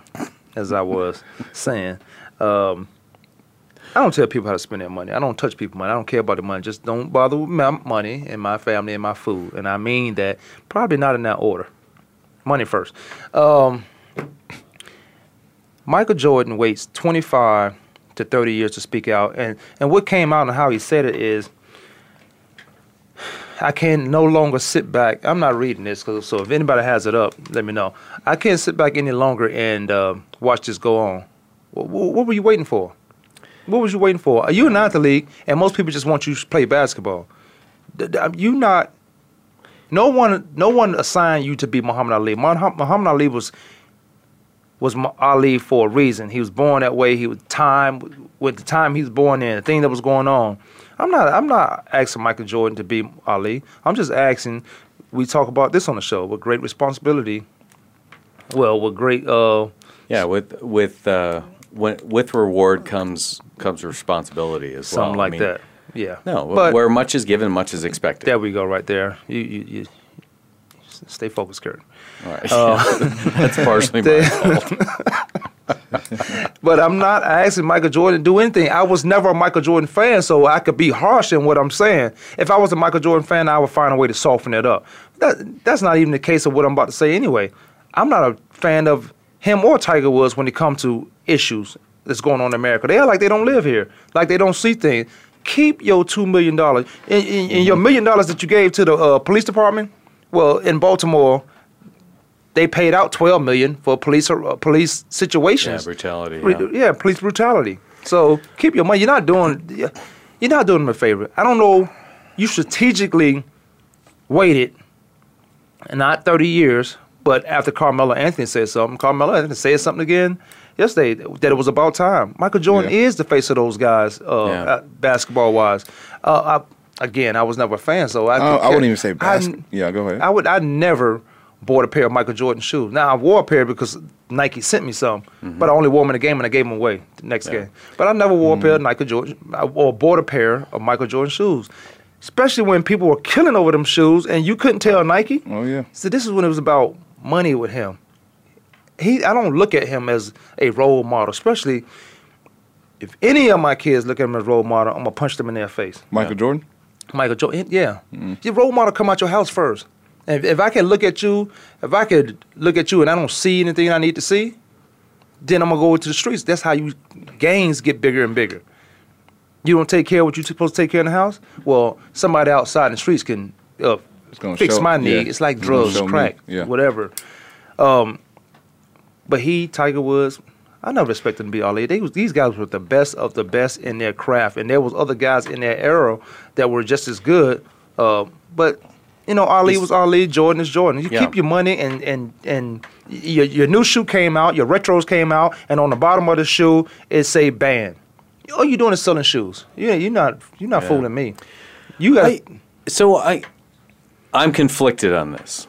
S3: as I was saying. Um, I don't tell people how to spend their money. I don't touch people money. I don't care about the money. Just don't bother with my money and my family and my food. And I mean that probably not in that order. Money first. Um, Michael Jordan waits 25 to 30 years to speak out. And, and what came out and how he said it is I can no longer sit back. I'm not reading this, 'cause- so if anybody has it up, let me know. I can't sit back any longer and uh, watch this go on. What, what were you waiting for? What was you waiting for? You're not the league, and most people just want you to play basketball. D- d- You not. No one, no one assigned you to be Muhammad Ali. Muhammad Muhammad Ali was was Mu- Ali for a reason. He was born that way. He was time with the time he was born in, the thing that was going on. I'm not I'm not asking Michael Jordan to be Ali. I'm just asking we talk about this on the show with great responsibility. Well, with great uh
S4: Yeah, with with uh, when, with reward comes comes responsibility as well.
S3: something
S4: I
S3: like
S4: mean,
S3: that. Yeah.
S4: No,
S3: but
S4: where much is given, much is expected.
S3: there we go right there. You you, you s- stay focused, Kurt.
S4: All right. [laughs]
S3: [laughs]
S4: That's partially my
S3: oh. They-
S4: fault.
S3: [laughs] But I'm not asking Michael Jordan to do anything. I was never a Michael Jordan fan, so I could be harsh in what I'm saying. If I was a Michael Jordan fan, I would find a way to soften it up. That, that's not even the case of what I'm about to say anyway. I'm not a fan of him or Tiger Woods when it comes to issues that's going on in America. They are like they don't live here, like they don't see things. keep your two million dollars and, and, and your million dollars that you gave to the uh, police department. Well, in Baltimore, they paid out twelve million for police uh, police situations.
S4: Yeah, brutality,
S3: Bru-
S4: yeah.
S3: yeah, police brutality. So keep your money. You're not doing you're not doing them a favor. I don't know. You strategically waited not 30 years, but after Carmelo Anthony said something, Carmelo Anthony said something again yesterday that it was about time. Michael Jordan
S5: Yeah.
S3: is the face of those guys, uh,
S4: Yeah.
S3: basketball wise. Uh, I, again, I was never a fan, so I,
S5: I,
S3: could
S5: Oh, I
S3: care-
S5: wouldn't even say basket.
S3: I-
S5: yeah, go ahead.
S3: I would. I never bought a pair of Michael Jordan shoes. Now I wore a pair because Nike sent me some, but I only wore them in a game and I gave them away the next game. But I never wore a pair of Michael Jordan I- or bought a pair of Michael Jordan shoes, especially when people were killing over them shoes and you couldn't tell Nike.
S5: Oh, yeah.
S3: So this is when it was about money with him. He, I don't look at him as a role model, especially. If any of my kids look at him as role model, I'm gonna punch them in their face.
S5: Michael Jordan.
S3: Michael Jordan. Yeah,
S5: Mm-hmm.
S3: your role model come out your house first. And if, if I can look at you, if I could look at you and I don't see anything I need to see, then I'm gonna go into the streets. That's how you gangs get bigger and bigger. You don't take care of what you're supposed to take care of in the house. Well, somebody outside in the streets can uh,
S5: gonna
S3: fix
S5: show-
S3: my
S5: yeah.
S3: need. It's like
S5: It's gonna
S3: drugs,
S5: show me.
S3: crack,
S5: Yeah.
S3: whatever. Um, but he, Tiger Woods, I never expected them to be all elite. They was, these guys were the best of the best in their craft, and there was other guys in their era that were just as good. Uh, but you know, Ali was Ali, Jordan is Jordan. You
S4: Yeah.
S3: keep your money, and and and y- your your new shoe came out, your retros came out, and on the bottom of the shoe it say ban. All you doing is selling shoes. Yeah, you're not you're not fooling me. You got
S4: I, so I, I'm conflicted on this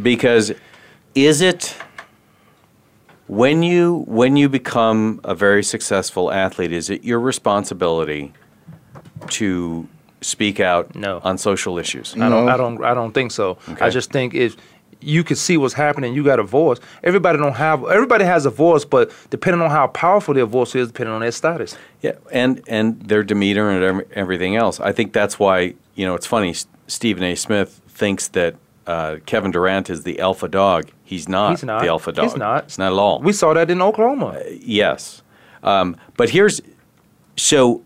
S4: because is it when you when you become a very successful athlete, is it your responsibility to speak out
S3: No.
S4: on social issues?
S3: I don't,
S5: No.
S3: I don't, I don't think so. I
S4: Okay.
S3: just think if you can see what's happening, you got a voice. Everybody don't have. Everybody has a voice, but depending on how powerful their voice is, depending on their status.
S4: Yeah, and and their demeanor and ev- everything else. I think that's why you know it's funny. S- Stephen A. Smith thinks that uh, Kevin Durant is the alpha dog. He's not.
S3: He's not
S4: the alpha dog.
S3: He's not.
S4: Not at all.
S3: We saw that in Oklahoma.
S4: Yes. Um, but here's so,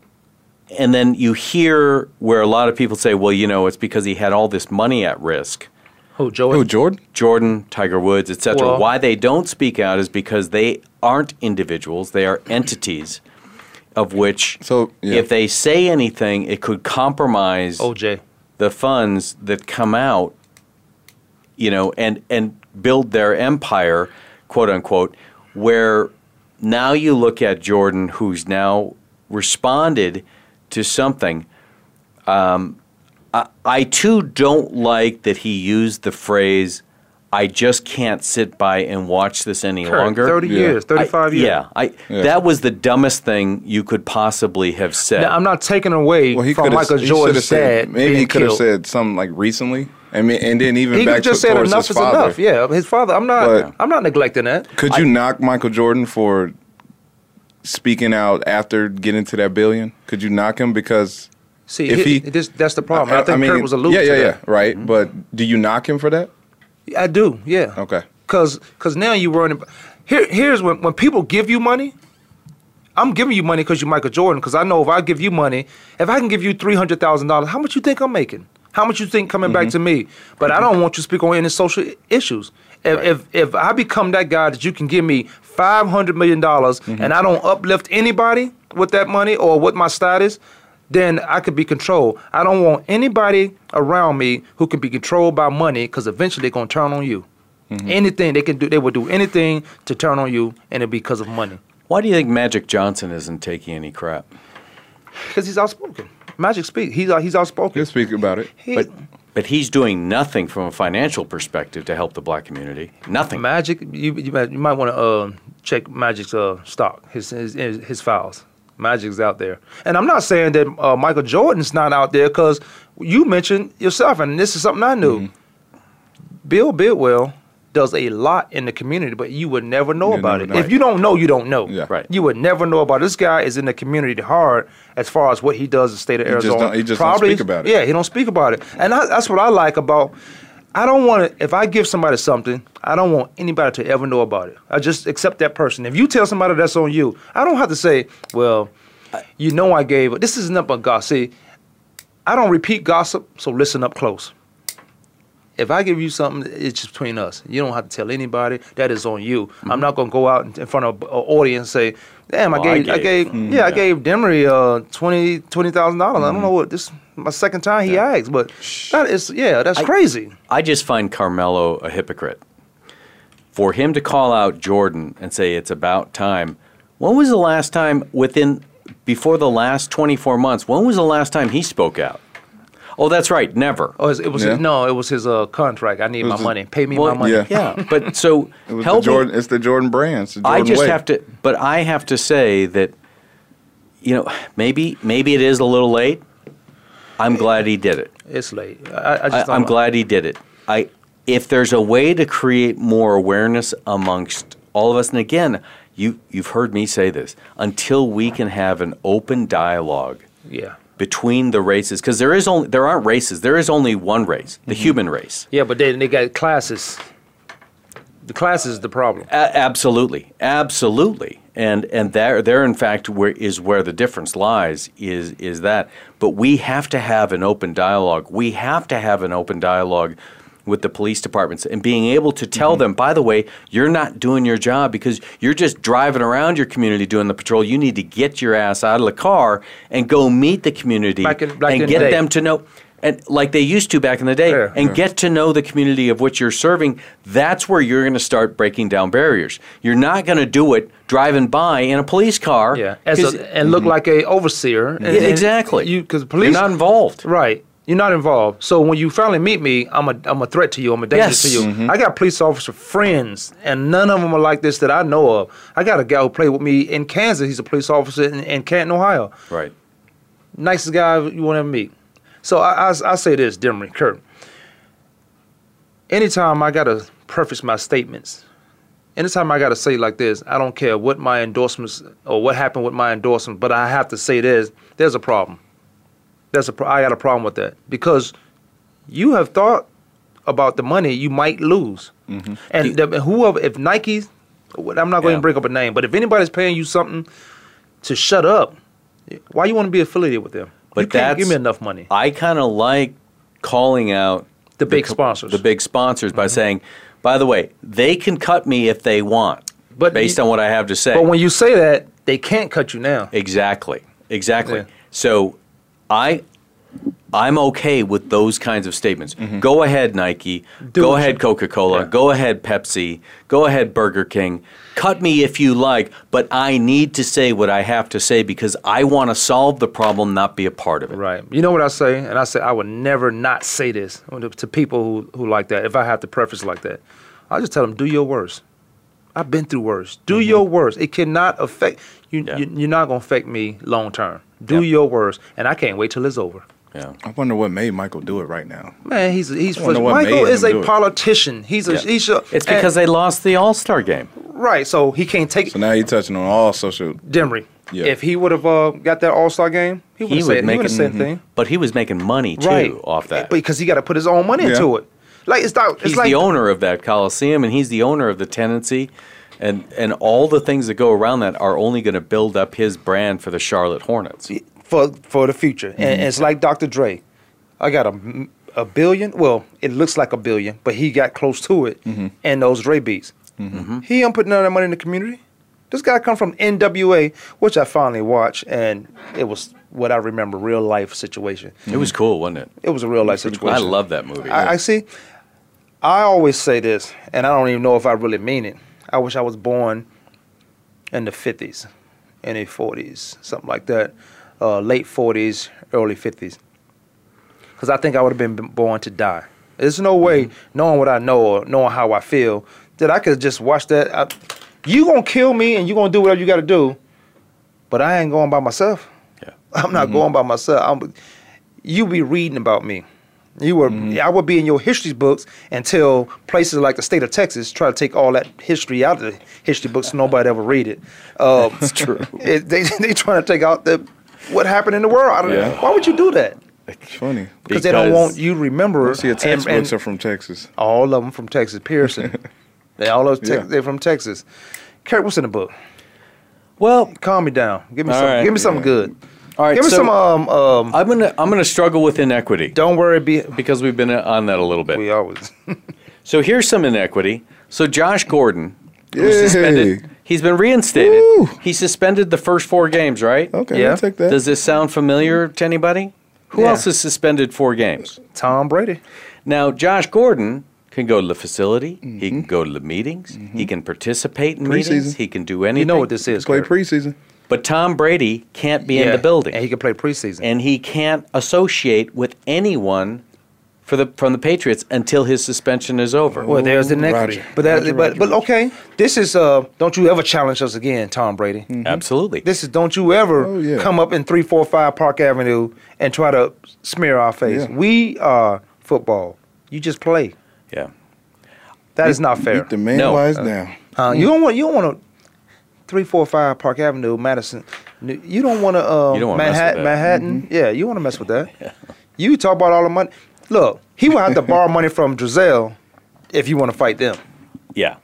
S4: and then you hear where a lot of people say, well, you know, it's because he had all this money at risk.
S3: Who Joey?
S5: Who Oh, Jordan?
S4: Jordan, Tiger Woods, etc.
S3: Well-
S4: Why they don't speak out is because they aren't individuals; they are entities, of which,
S5: So, yeah.
S4: if they say anything, it could compromise
S3: OJ.
S4: the funds that come out, you know, and and build their empire, quote unquote, where now you look at Jordan, who's now responded to something. Um, I, I too don't like that he used the phrase. I just can't sit by and watch this any longer.
S3: Thirty
S5: Yeah.
S3: years, thirty-five
S4: I-
S3: years.
S4: Yeah, I,
S5: Yeah.
S4: that was the dumbest thing you could possibly have said.
S3: Now, I'm not taking away
S5: Well, he
S3: from
S5: could have.
S3: Michael Jordan's dad.
S5: maybe he
S3: being
S5: could have
S3: killed.
S5: said something like recently, and me- and then even
S3: He could
S5: back to
S3: just said
S5: towards
S3: enough
S5: his
S3: is
S5: father.
S3: enough. Yeah, his father. I'm not.
S5: But-
S3: I'm not neglecting that.
S5: Could you knock Michael Jordan for speaking out after getting to that billion? Could you knock him because
S3: See,
S5: if
S3: he,
S5: he-
S3: this, that's the problem. Oh, I, think Kurt was alluding
S5: Yeah, yeah,
S3: to
S5: yeah.
S3: that. Mm-hmm.
S5: Right, but do you knock him for that?
S3: I do, yeah.
S5: Okay.
S3: Cause, cause now you worrying. About, here, here's when when people give you money. I'm giving you money because you're Michael Jordan. Because I know if I give you money, if I can give you three hundred thousand dollars, how much you think I'm making? How much you think coming back to me? But I don't want you to speak on any social i- issues. If, if if I become that guy that you can give me five hundred million dollars and I don't uplift anybody with that money or with my status, then I could be controlled. I don't want anybody around me who can be controlled by money because eventually they're gonna turn on you. Anything they can do, they will do anything to turn on you, and it because of money.
S4: Why do you think Magic Johnson isn't taking any crap?
S3: Because he's outspoken. Magic speak. He's out- he's outspoken.
S5: He'll speak about it.
S3: He-
S4: But but he's doing nothing from a financial perspective to help the black community. Nothing.
S3: Magic, you you might, you might want to uh, check Magic's uh, stock, his, his his his files. Magic's out there, and I'm not saying that uh, Michael Jordan's not out there because you mentioned yourself, and this is something I knew. Bill Bidwell does a lot in the community, but you would never know
S5: You'd
S3: about
S5: never
S3: it.
S5: know.
S3: If you don't know, you don't know.
S5: Yeah.
S4: Right.
S3: You would never know about it. this guy is in the community hard as far as what he does in the state of
S5: just
S3: Arizona.
S5: don't- he just don't speak about it.
S3: Yeah, he don't speak about it, and I, that's what I like about. I don't want to. If I give somebody something, I don't want anybody to ever know about it. I just accept that person. If you tell somebody that's on you, I don't have to say, "Well, You know I gave up. This isn't about gossip. See, I don't repeat gossip, so listen up close. If I give you something, it's just between us. You don't have to tell anybody. That is on you. I'm not gonna go out in- in front of an audience and say, "Damn, Mm-hmm. Oh, I
S4: Well, I
S3: gave, Mm-hmm. I
S4: gave."
S3: gave, yeah, I gave Demery uh, twenty twenty thousand dollars." I don't know what this my second time he asked, but that is yeah, that's crazy.
S4: I just find Carmelo a hypocrite. For him to call out Jordan and say it's about time, when was the last time within before the last 24 months, when was the last time he spoke out? Oh, that's right, never.
S3: Oh, it was
S5: Yeah.
S3: his, no, it was his uh, contract. I need my
S5: was
S3: money. Pay me
S4: Well,
S3: my money.
S5: yeah.
S4: Yeah, [laughs] but so
S5: It was the
S4: help me-
S5: Jordan. It's the Jordan brand. It's the
S4: I
S5: Jordan
S4: just
S5: way.
S4: have to, but I have to say that, you know, maybe maybe it is a little late. I'm glad he did it.
S3: It's late. I, I just
S4: I,
S3: don't
S4: I'm
S3: know.
S4: glad he did it. I if there's a way to create more awareness amongst all of us, and again, you you've heard me say this, until we can have an open dialogue
S3: Yeah.
S4: between the races, because there is only there aren't races. There is only one race, the human race.
S3: Yeah, but then they got classes. The class is the problem.
S4: A- absolutely, absolutely, and and there there in fact where is where the difference lies is is that. But we have to have an open dialogue. We have to have an open dialogue with the police departments and being able to tell
S3: Mm-hmm.
S4: them, by the way, you're not doing your job because you're just driving around your community doing the patrol. You need to get your ass out of the car and go meet the community
S3: Back in- back
S4: and
S3: in
S4: get
S3: the day.
S4: them to know. And like they used to back in the day,
S3: Yeah.
S4: and get to know the community of which you're serving, that's where you're going to start breaking down barriers. You're not going to do it driving by in a police car. [laughs]
S3: Yeah, as
S4: 'cause- Mm-hmm.
S3: a, and look like a overseer. And,
S4: Yeah, exactly.
S3: You because police
S4: You're not involved.
S3: Right. You're not involved. So when you finally meet me, I'm a I'm a threat to you. I'm a danger
S4: Yes. Mm-hmm.
S3: to you. I got police officer friends, and none of them are like this that I know of. I got a guy who played with me in Kansas. He's a police officer in, in Canton, Ohio.
S4: Right.
S3: nicest guy you want to meet. So I, I, I say this, Demery, Kurt. Anytime I gotta preface my statements, anytime I gotta say like this, I don't care what my endorsements or what happened with my endorsements, but I have to say this. There's a problem. There's a pro- I got a problem with that because you have thought about the money you might lose, and the, whoever if Nike, I'm not going
S4: Yeah.
S3: to bring up a name, but if anybody's paying you something to shut up, why you want to be affiliated with them?
S4: But
S3: you can't give
S4: that's-
S3: me enough money.
S4: I kind of like calling out
S3: The big
S4: co-
S3: sponsors. Mm-hmm.
S4: the big sponsors, by saying, by the way, they can cut me if they want,
S3: But
S4: based
S3: you-
S4: on what I have to say.
S3: But when you say that, they can't cut you now.
S4: Exactly. Exactly.
S3: Yeah.
S4: So I I'm okay with those kinds of statements. Go ahead Nike, go
S3: Mm-hmm. what
S4: ahead
S3: you-
S4: Coca-Cola, go ahead Pepsi, go ahead Burger King. Cut me if you like, but I need to say what I have to say because I want to solve the problem, not be a part of it.
S3: Right. You know what I say? And I say, I would never not say this to to people who, who like that, if I have to preface like that. I just tell them, do your worst. I've been through worst. Do your worst. It cannot affect you.
S4: Mm-hmm. Yeah.
S3: you you're not going to affect me long term. Do
S4: Yeah.
S3: your worst. And I can't wait till it's over.
S4: Yeah.
S5: I wonder what made Michael do it right now.
S3: Man, he's he's
S5: I wonder what
S3: Michael
S5: made
S3: is
S5: him
S3: a
S5: do it.
S3: politician. He's a
S4: Yeah.
S3: he's a,
S4: It's because
S3: and-
S4: they lost the All-Star game.
S3: right, so he can't take
S5: So now you're touching on all social.
S3: Demery.
S5: Yeah.
S3: If he would have uh, got that All Star game, he would have
S4: would
S3: said, he
S4: make
S3: would have
S4: it-
S3: said thing.
S4: But he was making money too
S3: right Eh,
S4: off that.
S3: because he got to put his own money
S5: Yeah.
S3: into it. Like it's not. It's
S4: he's
S3: like
S4: the owner of that coliseum and he's the owner of the tenancy and and all the things that go around that are only going to build up his brand for the charlotte hornets
S3: for for the future,
S4: Mm-hmm.
S3: and it's like Dr. Dre. I got a m- a billion. Well, it looks like a billion, but he got close to it.
S4: Mm-hmm.
S3: And those Dre beats. He ain't put none of that money in the community. This guy come from NWA, which I finally watched, and it was what I remember real life situation.
S4: it was cool wasn't it
S3: It was a real life situation.
S4: i love that movie
S3: I, I see. I always say this, and I don't even know if I really mean it. I wish I was born in the fifties, in the forties, something like that, uh, late forties, early fifties, because I think I would have been b- born to die. There's no way, knowing what I know or knowing how I feel, that I could just watch that. I, you gonna kill me, and you gonna do whatever you gotta do, but I ain't going by myself.
S4: Yeah.
S3: [laughs] I'm not going by myself. I'm, you be reading about me. You were I would be in your history books until places like the state of Texas try to take all that history out of the history books. so Nobody ever read it. Um, it's [laughs] true. they they trying to take out the what happened in the world. I don't know.
S5: Yeah.
S3: Why would you do that?
S5: It's funny.
S3: Because they don't want you remember.
S5: I see, your
S3: and- and
S5: textbooks are from Texas.
S3: all of them from Texas. Pearson. they all those Tex
S5: Yeah.
S3: they're from Texas. Kurt, what's in the book?
S4: Well,
S3: Calm me down. Give me
S4: All
S3: some.
S4: right.
S3: Give me something good.
S4: all right.
S3: give me
S4: so
S3: some. Um. Um.
S4: I'm gonna I'm gonna struggle with inequity
S3: Don't worry. Be.
S4: because we've been on that a little bit.
S3: We always. [laughs]
S4: So here's some inequity. So Josh Gordon who was
S5: Yay.
S4: suspended. He's been reinstated.
S5: Woo.
S4: He suspended the first four games, right?
S5: Okay,
S3: Yeah.
S5: I'll take that.
S4: Does this sound familiar to anybody? Who
S3: Yeah.
S4: else is suspended four games?
S3: Tom Brady.
S4: Now, Josh Gordon can go to the facility. He
S3: Mm-hmm.
S4: can go to the meetings. He can participate in meetings.
S5: Preseason.
S4: He can do anything.
S3: You know what this is.
S5: Play
S3: Kirk.
S5: preseason.
S4: But Tom Brady can't be in
S3: Yeah,
S4: the building,
S3: and he can play preseason.
S4: and he can't associate with anyone for the from the Patriots until his suspension is over.
S3: Well, there's the next.
S5: Roger.
S3: But that,
S5: Roger,
S3: but
S5: Roger,
S3: but okay. This is uh. Don't you ever challenge us again, Tom Brady.
S4: Absolutely.
S3: This is don't you ever
S5: Oh, yeah.
S3: come up in three four five Park Avenue and try to smear our face.
S5: Yeah.
S3: We are football. You just play.
S4: yeah.
S3: That is not fair.
S5: Beat the man
S4: No.
S5: lies down.
S3: Uh, you don't want you don't want to three four five Park Avenue, Madison. New- You don't want to
S4: You don't
S3: um,
S4: wanna mess with
S3: Manhattan.
S4: that.
S3: Manhattan.
S5: Mm-hmm.
S3: Yeah, you want to mess
S4: [laughs]
S3: with that. You talk about all the money. Look, he will have to borrow money from Drizel if you want to fight them.
S4: Yeah.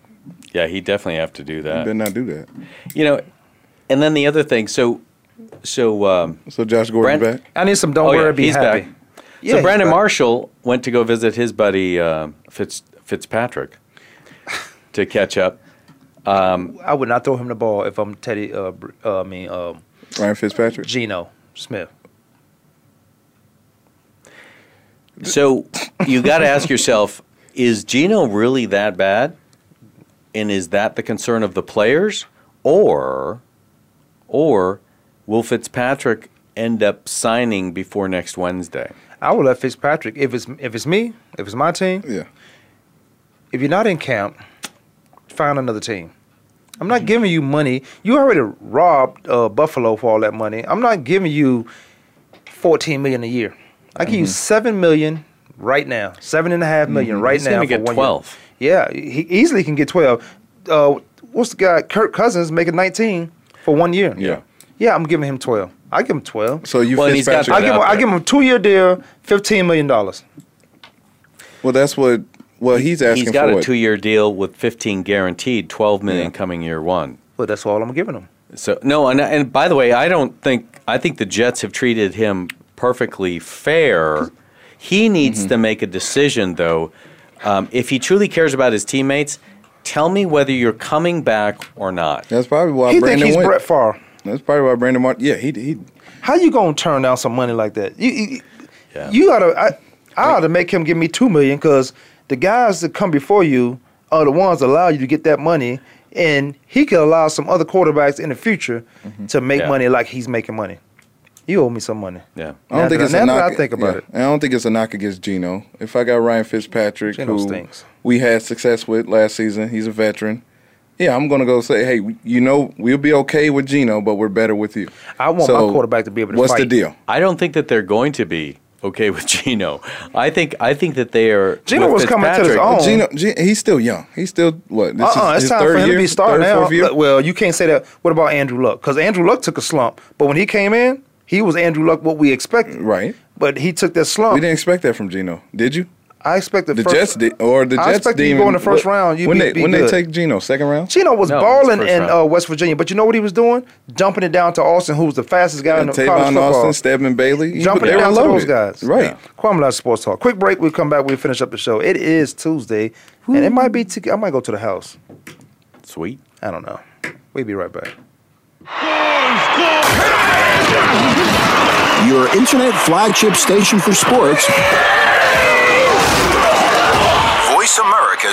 S4: Yeah, he definitely have to do that.
S5: Better not do that.
S4: you know, and then the other thing, so so um
S5: So Josh Gordon
S4: Brent-
S5: back.
S3: I need some. Don't
S4: Oh, yeah,
S3: worry, be
S4: he's
S3: happy.
S4: back.
S3: Yeah,
S4: so
S3: he's
S4: Brandon
S3: back.
S4: Marshall went to go visit his buddy um Fitz Fitzpatrick to catch up.
S3: I would not throw him the ball if I'm Teddy. Uh, Br- uh, I mean, um,
S5: Ryan Fitzpatrick.
S3: Geno Smith.
S4: So you got to ask yourself, is Gino really that bad? And is that the concern of the players or or will Fitzpatrick end up signing before next Wednesday?
S3: I would let Fitzpatrick if it's if it's me, if it's my team.
S5: Yeah.
S3: If you're not in camp, find another team. I'm
S4: Mm-hmm.
S3: not giving you money. You already robbed uh, Buffalo for all that money. I'm not giving you 14 million a year. I give you seven million right now. Seven and a half million right
S4: Mm-hmm. He's
S3: now.
S4: gonna
S3: for
S4: get
S3: one year.
S4: 12.
S3: Yeah, he easily can get 12. Uh, what's the guy? Kirk Cousins making 19 for one year.
S5: Yeah.
S3: Yeah, I'm giving him 12. I give him 12.
S5: So you
S4: Well, and he's got
S5: Fitzpatrick.
S3: I give him,
S4: out
S3: I
S4: there.
S3: give him a two year deal, fifteen million dollars.
S5: well, that's what. Well, he's asking
S4: He's got a
S5: for it.
S4: two-year deal with 15 guaranteed, 12 million
S5: Yeah.
S4: coming year one.
S3: Well, that's all I'm giving him.
S4: So no, and and by the way, I don't think I think the Jets have treated him perfectly fair. He needs
S3: Mm-hmm.
S4: to make a decision though. Um, if he truly cares about his teammates, tell me whether you're coming back or not.
S5: That's probably why
S3: he think
S5: Brandon
S3: he's
S5: went.
S3: Brett Favre.
S5: That's probably why Brandon Martin. Yeah, he he.
S3: How you gonna turn down some money like that? You you,
S4: Yeah.
S3: you gotta. I, I ought to make him give me two million because the guys that come before you are the ones that allow you to get that money, and he could allow some other quarterbacks in the future to make
S4: Yeah.
S3: money like he's making money. You owe me some money.
S4: Yeah.
S5: I don't
S3: Now
S5: think
S3: that-
S5: it's
S3: now that
S5: a knock.
S3: I think about it.
S5: I don't think it's a knock against Gino. If I got Ryan Fitzpatrick,
S3: Geno
S5: who
S3: stinks.
S5: we had success with last season, he's a veteran. Yeah, I'm gonna go say, hey, you know, we'll be okay with Gino, but we're better with you.
S3: I want my quarterback to be able to
S5: What's
S3: fight.
S5: the deal?
S4: I don't think that they're going to be okay with [laughs] Gino. I think I think that they are.
S3: Geno
S4: with
S3: was coming to his
S4: Fitzpatrick-
S3: own.
S5: Gino, G- he's still young. He's still what? This
S3: Uh
S5: is
S3: uh it's
S5: his
S3: time for
S5: third
S3: him
S5: year?
S3: to be starting
S5: third,
S3: now.
S5: fourth year?
S3: Look, Well, you can't say that. What about Andrew Luck? Because Andrew Luck took a slump, but when he came in, he was Andrew Luck, what we expected.
S5: Right.
S3: But he took that
S5: We
S3: slump.
S5: didn't expect that from Gino, did you?
S3: I expected
S5: The
S3: first,
S5: Jets did, or the
S3: I
S5: Jets
S3: expected
S5: didn't.
S3: you go in the
S5: even-
S3: first
S5: what-
S3: round, you
S5: when
S3: be-
S5: they
S3: be
S5: when
S3: good.
S5: they take Gino second round,
S3: Chino was
S4: No, it was
S3: balling
S4: first
S3: in
S4: round.
S3: uh, West Virginia, but you know what he was doing? Dumping it down to Austin, who was the fastest guy in
S5: and
S3: the college
S5: Tavon
S3: football.
S5: Austin, Stedman Bailey, you-
S3: Jumping
S5: they
S3: it
S5: were
S3: down to those
S5: loaded.
S3: guys.
S5: right?
S3: Yeah. Kwame Lashley Sports Talk. Quick break. We come back. We finish up the show. It is Tuesday, and it might be. T- I might go to the house.
S4: Sweet.
S3: I don't know. We'll be right back.
S2: Your internet flagship station for sports.
S6: Voice America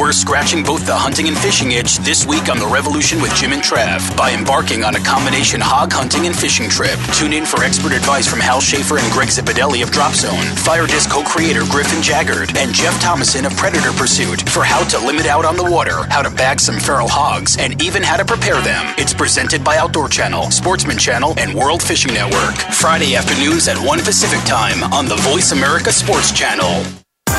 S8: We're scratching both the hunting and fishing itch this week on The Revolution with Jim and Trav by embarking on a combination hog hunting and fishing trip. Tune in for expert advice from Hal Schaefer and Greg Zipadelli of Drop Zone, Fire Disc co creator Griffin Jaggard, and Jeff Thomason of Predator Pursuit for how to limit out on the water, how to bag some feral hogs, and even how to prepare them. It's presented by Outdoor Channel, Sportsman Channel, and World Fishing Network. Friday afternoons at 1 Pacific Time on the Voice America Sports Channel.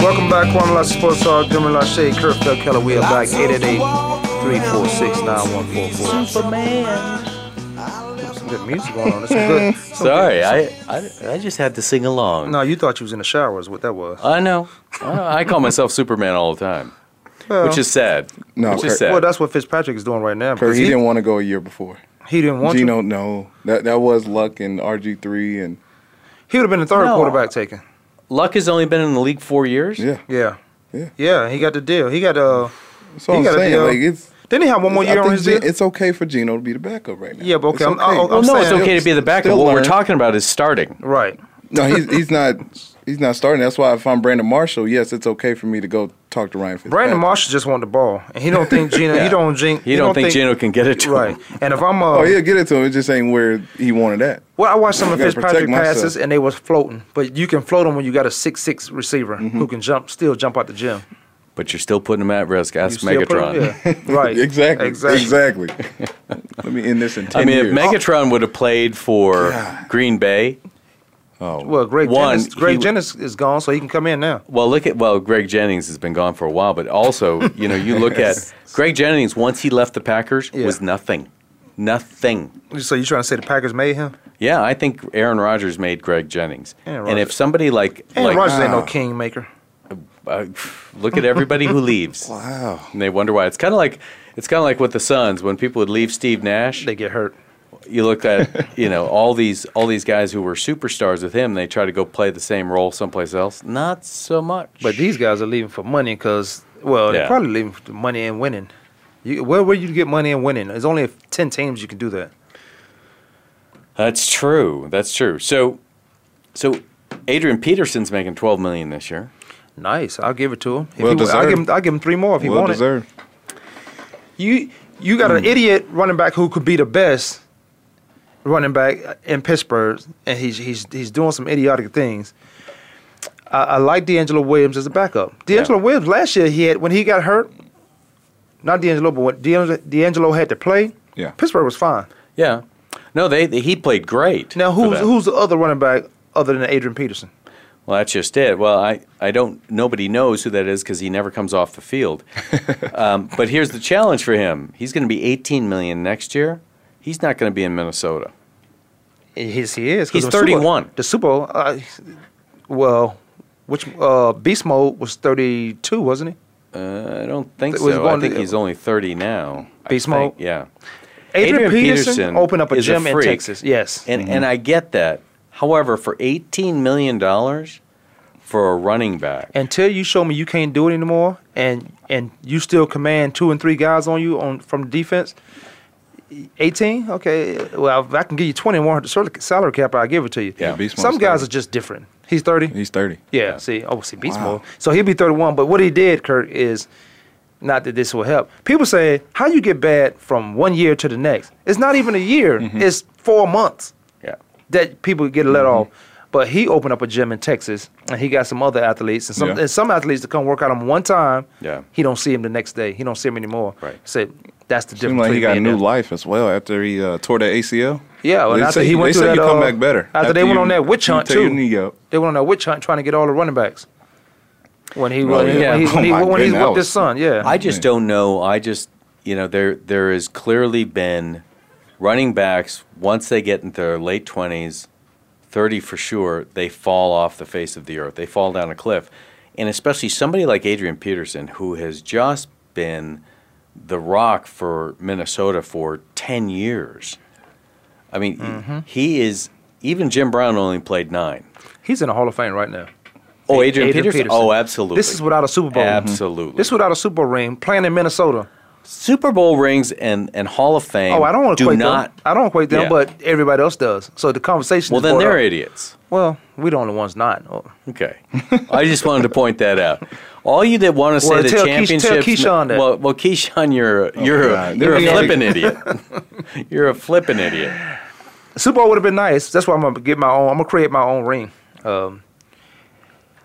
S3: Welcome back, Kwame Lassie Sports Talk, Jimmy Lachey, Kirk Del Keller. We are back 888 346 9144. Some good music going on. That's good. some
S4: Sorry,
S3: good-
S4: I, I, I just had to sing along.
S3: No, you thought you was in the shower, is what that was.
S4: I know. I know. I call myself Superman all the time, which is sad.
S5: No,
S4: which is
S5: Kurt-
S4: sad.
S3: Well, that's what Fitzpatrick is doing right now.
S5: Kurt,
S3: because
S5: he, didn't want to go a year before.
S3: he didn't want
S5: Gino,
S3: to.
S5: no, that that was Luck and RG three and
S3: He would have been the third
S4: No.
S3: quarterback taken.
S4: Luck has only been in the league four years.
S5: yeah.
S3: Yeah.
S5: Yeah.
S3: Yeah, he got the deal. He got uh
S5: That's what
S3: He
S5: I'm
S3: got a
S5: saying.
S3: deal.
S5: Like it's
S3: didn't he have one more
S5: I
S3: year on
S5: think
S3: his
S5: Gen-
S3: deal?
S5: It's okay for Gino to be the backup right now.
S3: Yeah, but okay,
S5: It's
S3: I'm- oh, I'll-
S5: okay.
S3: I'll-
S4: Well, Oh, no, it's
S3: saying-
S4: okay to be the backup.
S5: Still
S4: What we're
S5: learn.
S4: talking about is starting.
S3: right.
S5: No, he's,
S3: [laughs]
S5: he's not. He's not starting. That's why if I'm Brandon Marshall, yes, it's okay for me to go talk to Ryan. Fitzpatrick.
S3: Brandon Marshall just wanted the ball, and he don't think Gino. He don't think.
S4: You don't, think, Gino can get it to
S3: Right.
S4: him.
S3: And if I'm uh,
S5: Oh, he'll get it to him. It just ain't where he wanted that.
S3: Well, I watched some of
S5: I gotta
S3: Fitzpatrick
S5: protect myself.
S3: passes, and they was floating. But you can float them when you got a six six receiver who can jump, still jump out the gym.
S4: But you're still putting him at risk.
S3: You
S4: That's
S3: still put
S4: Megatron.
S3: 'em- yeah. right?
S5: [laughs] Exactly.
S3: Exactly. [laughs]
S5: Exactly. Let me end this in ten
S4: I mean,
S5: years.
S4: if Megatron would have played for Green Bay,
S5: Oh,
S3: Well, Greg
S4: One,
S3: Jennings, Greg
S4: he-
S3: Jennings is gone, so he can come in now.
S4: well, look at well, Greg Jennings has been gone for a while, but also, you know, you look at Greg Jennings once he left the Packers
S3: Yeah.
S4: was nothing, nothing.
S3: So you trying to say the Packers made him?
S4: Yeah, I think Aaron Rodgers made Greg Jennings,
S3: Aaron
S4: and if
S3: Rodgers.
S4: somebody like
S3: And
S4: like
S3: Rodgers ain't no king maker.
S4: uh, look at everybody
S3: [laughs]
S4: who leaves, wow, and they wonder why. It's kind of like it's kind of like with the Suns when people would leave Steve Nash,
S3: They get hurt.
S4: you look
S3: [laughs]
S4: at you know all these all these guys who were superstars with him. They try to go play the same role someplace else. Not so much.
S3: But these guys are leaving for money because, well,
S4: Yeah.
S3: they're probably leaving for the money and winning. You, where where you get money and winning? There's only ten teams you can do that.
S4: that's true. That's true. So, so Adrian Peterson's making twelve million this year.
S3: Nice, I'll give it to him. If
S5: Well
S3: he wa- I'll give him.
S5: deserved.
S3: I'll give him three more if he
S5: well
S3: wanted.
S5: deserved.
S3: You you got an idiot running back who could be the best running back in Pittsburgh, and he's he's he's doing some idiotic things. I, I like D'Angelo Williams as a backup. D'Angelo Williams last year he had when he got hurt. Not D'Angelo, but when D'Angelo, D'Angelo had to play,
S5: Yeah.
S3: Pittsburgh was fine.
S4: Yeah. No, they, they- he played great.
S3: Now
S4: for
S3: who's
S4: them.
S3: who's the other running back other than Adrian Peterson?
S4: Well, that's just it. Well, I, I don't. Nobody knows who that is because he never comes off the
S3: [laughs]
S4: field. um, but here's the challenge for him. He's going to be eighteen million next year. He's not going to be in Minnesota.
S3: Yes, he is. 'cause
S4: He's
S3: the Super-
S4: 31.
S3: the Super Bowl, uh, well, which uh, Beast Mode was thirty-two, wasn't he?
S4: Uh, I don't think
S3: It was
S4: so. I
S3: going-
S4: think he's only 30 now. I
S3: Beast mode?
S4: think, Yeah.
S3: Adrian, Peterson, opened up a
S4: is
S3: gym in
S4: freak,
S3: Texas. Yes.
S4: And, and I get that. However, for $18 million for a running back,
S3: Until you show me you can't do it anymore, and and you still command two and three guys on you on from defense. Eighteen, okay. Well, if I can give you twenty one hundred salary cap, I'll give it to you.
S4: Yeah,
S5: Beast
S3: Some
S5: Mode's
S3: guys
S5: 30.
S3: are just different. He's thirty.
S5: He's thirty.
S3: Yeah, see, oh, see, Beast Mode. So he'll be 31. But what he did, Kurt, is not that this will help. People say, how you get bad from one year to the next? It's not even a year, it's four months
S4: yeah. Mm-hmm.
S3: that people get let off. But he opened up a gym in Texas, and he got some other athletes and some
S4: Yeah.
S3: and some athletes to come work out him one time.
S4: Yeah.
S3: he don't see him the next day. He don't see him anymore. Right. Said that's the
S5: Seemed
S3: difference.
S5: like
S3: between
S5: he got a
S3: being
S5: new
S3: there.
S5: life as well after he uh, tore that ACL.
S3: Yeah, well,
S5: They
S3: after
S5: say-
S3: he went
S5: they
S3: through
S5: say
S3: that,
S5: you come
S3: uh,
S5: back better
S3: After, they went
S5: you-
S3: on that witch
S5: you
S3: hunt
S5: tear your
S3: too.
S5: knee up.
S3: They went on that witch hunt trying to get all the running backs. When he
S4: Oh,
S3: when, he-
S4: yeah.
S3: when he,
S4: [laughs] Oh,
S3: when, he,
S4: my
S3: when he's
S4: goodness.
S3: with his son, yeah.
S4: I just don't know. I just you know there there has clearly been running backs once they get into their late twenties, thirty for sure, they fall off the face of the earth. They fall down a cliff, and especially somebody like Adrian Peterson who has just been the rock for Minnesota for ten years. I mean,
S3: Mm-hmm.
S4: he is. Even Jim Brown only played nine.
S3: He's in the Hall of Fame right now.
S4: Oh,
S3: A-
S4: Adrian, Peterson? Oh, absolutely.
S3: This is without a Super Bowl. Mm-hmm.
S4: Absolutely.
S3: This is without a Super Bowl ring. Playing in Minnesota.
S4: Super Bowl rings and, and Hall of Fame.
S3: Oh, I don't want to
S4: do
S3: equate
S4: not.
S3: them. I don't equate them,
S4: Yeah.
S3: but everybody else does. So the conversation.
S4: Well,
S3: is
S4: then
S3: brought
S4: they're
S3: up.
S4: idiots.
S3: Well, we the only ones not. Oh. [laughs]
S4: Okay, I just wanted to point that out. All you that want to say
S3: Well,
S4: the
S3: tell Keish- tell
S4: championships.
S3: Keyshawn that.
S4: Well, well, Keyshawn, you're you're a,
S3: God.
S4: you're a
S3: Yeah.
S4: flippin' idiot.
S3: [laughs]
S4: You're a flippin' idiot.
S3: Super Bowl would have been nice. That's why I'm gonna get my own. I'm gonna create my own ring. Um,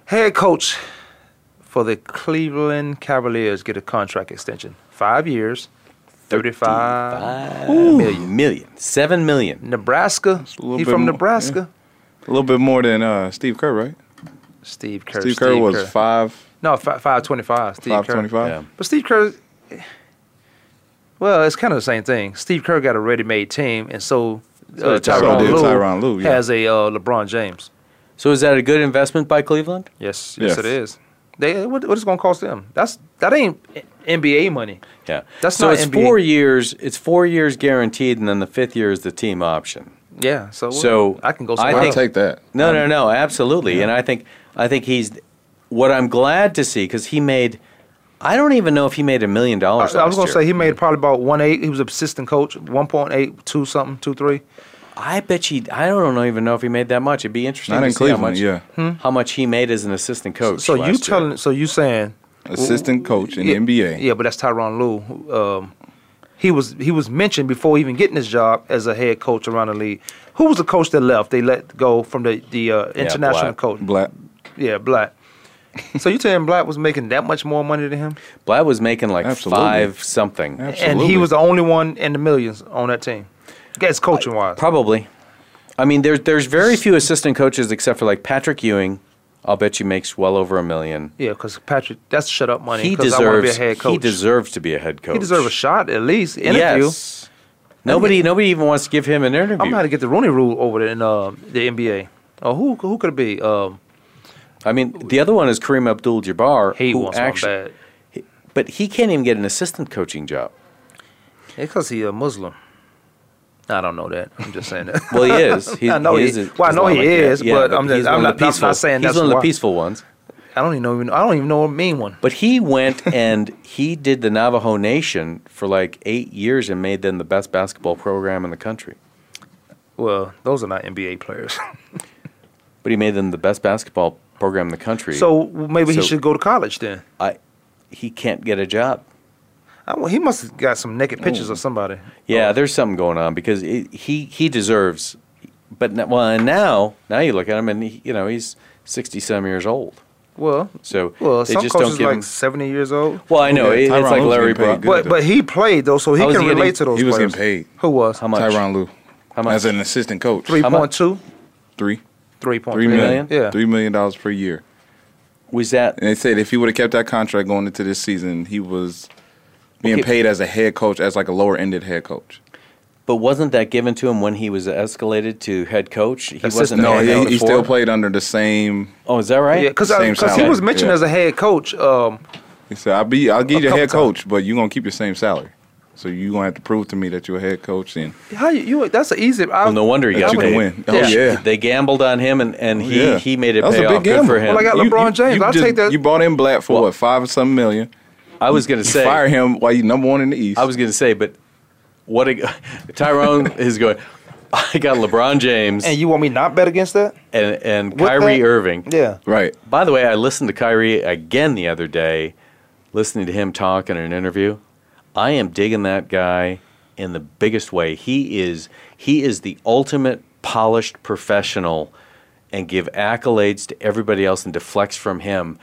S3: head coach for the Cleveland Cavaliers get a contract extension, five years, thirty-five million.
S4: million, seven million.
S3: Nebraska. He
S5: bit
S3: from
S5: more,
S3: Nebraska.
S5: A little bit more than uh, Steve Kerr, right?
S3: Steve Kerr.
S5: Steve Kerr was five.
S3: No, five, five twenty-five. Steve
S5: Five
S3: Kerr.
S5: 25? Yeah.
S3: But Steve Kerr. Well, it's kind of the same thing. Steve Kerr got a ready-made team, and so, uh,
S4: So did
S3: Tyronn Lue
S4: Tyronn Lue, yeah.
S3: has a uh, LeBron James.
S4: So is that a good investment by Cleveland?
S3: Yes, yes, it is. They what, what is going to cost them? That's that ain't NBA money.
S4: Yeah,
S3: That's
S4: so
S3: not
S4: it's
S3: NBA.
S4: four years. It's four years guaranteed, and then the fifth year is the team option.
S3: Yeah, so
S4: So
S3: I can go.
S4: I
S3: Somewhere
S4: think-
S3: else.
S4: No,
S3: Um,
S4: no, no, absolutely. And I think I think he's what I'm glad to see because he made. I don't even know if he made a million
S3: I,
S4: dollars.
S3: I was
S4: going
S3: gonna say he made probably about one eight. He was assistant coach, one point eight, two something, two three.
S4: I bet you. I don't know, even know if he made that much. It'd be interesting.
S3: Not
S4: to
S3: in
S4: see
S3: Cleveland,
S4: how much,
S3: yeah. Hmm.
S4: How much he made as an assistant coach?
S3: So you
S4: last year.
S3: telling? So you saying
S4: Assistant
S5: coach
S4: in
S3: yeah,
S4: the NBA.
S3: Yeah, but that's Tyronn Lue. who, Um, he was he was mentioned before even getting his job as a head coach around the league. Who was the coach that left? They let go from the the uh, international
S4: Black.
S3: coach.
S5: Black.
S3: Yeah, Black. so you telling Black was making that much more money than him?
S4: Blatt was making like
S3: Absolutely.
S4: five something,
S3: And he was the only one in the millions on that team. Guess coaching wise.
S4: Probably. I mean, there's there's very few assistant coaches except for like Patrick Ewing. I'll bet you makes well over a million.
S3: Yeah, because Patrick, that's shut up money.
S4: He
S3: 'cause I want to be a
S4: deserves.
S3: head coach.
S4: He deserves to be a head coach.
S3: He deserves a shot at least. Interview.
S4: Yes. Nobody, nobody even wants to give him an interview.
S3: I'm going to get the Rooney Rule over there in uh, the NBA. Oh, who who could it be? Um,
S4: I mean, the other one is Kareem Abdul-Jabbar.
S3: He
S4: who
S3: wants one bad.
S4: he- but he can't even get an assistant coaching job.
S3: Because he a Muslim. I don't know that. I'm just saying that. [laughs]
S4: Well, he is. He,
S3: I know
S4: he
S3: he,
S4: is a-
S3: well, I know he
S4: Islamic, yeah.
S3: is,
S4: Yeah,
S3: but, I'm,
S4: he's
S3: just, I'm
S4: one of
S3: not,
S4: the
S3: not,
S4: peaceful-
S3: not saying
S4: he's
S3: that's
S4: one of the
S3: why.
S4: peaceful ones.
S3: I don't even know. I don't even know a mean one.
S4: But he
S3: [laughs]
S4: went and he did the Navajo Nation for like eight years and made them the best basketball program in the country.
S3: Well, those are not NBA players.
S4: But he made them the best basketball program in the country.
S3: so maybe
S4: So
S3: he should go to college then.
S4: I, he can't get a job.
S3: I, well, he must have got some naked pictures of somebody.
S5: Oh.
S4: Yeah, there's something going on because it, he he deserves. But n- well, and now now you look at him and he, you know he's sixty some years old.
S3: Well,
S4: So
S3: well,
S4: they
S3: some
S4: just
S3: coaches
S4: don't give
S3: like
S4: him.
S3: 70 years old.
S4: Well, I know, Yeah, it- it's Tyronn like Lue's Larry getting paid Brown. good,
S3: But,
S4: though.
S3: but he played though, so he
S4: How was
S3: can
S4: he getting-
S3: relate to those
S5: He was
S3: players.
S5: getting paid.
S3: Who was?
S4: How much?
S5: Tyron Lue.
S4: How much?
S5: As an assistant coach.
S3: Three point two.
S5: Three.
S3: Three point
S5: Three
S3: three million?
S5: million.
S3: Yeah.
S5: Three million dollars per year.
S4: Was that?
S5: And they said if he would have kept that contract going into this season, he was being
S4: Okay.
S5: paid as a head coach, as like a lower ended head coach.
S4: But wasn't that given to him when he was escalated to head coach? He wasn't.
S5: No,
S4: paid
S5: he,
S4: out
S5: he still
S4: before?
S5: played under the same.
S4: Oh, is that right?
S3: Yeah, because he was mentioned as a head coach. Um,
S5: He said, "I'll be, I'll give you a
S3: couple
S5: head coach, but you're gonna keep your same salary. So you're gonna have to prove to me that you're a head coach." And
S3: how you, you? That's an easy. I,
S4: Well, no wonder he
S5: That
S4: got
S5: you can
S4: paid.
S5: win. Oh, yeah. Oh,
S4: They gambled on him, and, and he,
S5: Yeah.
S4: he made it
S5: That was
S4: pay
S5: a big
S4: off. Good
S5: gamble. Oh
S4: for him.
S5: Well, I got You-
S3: LeBron James. I'll take that.
S5: you bought in Black for what five or some million.
S4: I was gonna
S5: You
S4: say-
S5: fire him while you number one in the East.
S4: I was going to say, but what a, [laughs] Tyrone is going. [laughs] I got LeBron James
S3: and
S4: and
S3: you want me not bet against that?
S4: and, and
S3: With
S4: Kyrie
S3: that-
S4: Irving.
S3: Yeah.
S5: Right.
S4: By the way, I listened to Kyrie again the other day, listening to him talk in an interview. I am digging that guy in the biggest way. He is he is the ultimate polished professional and give accolades to everybody else and deflects from him.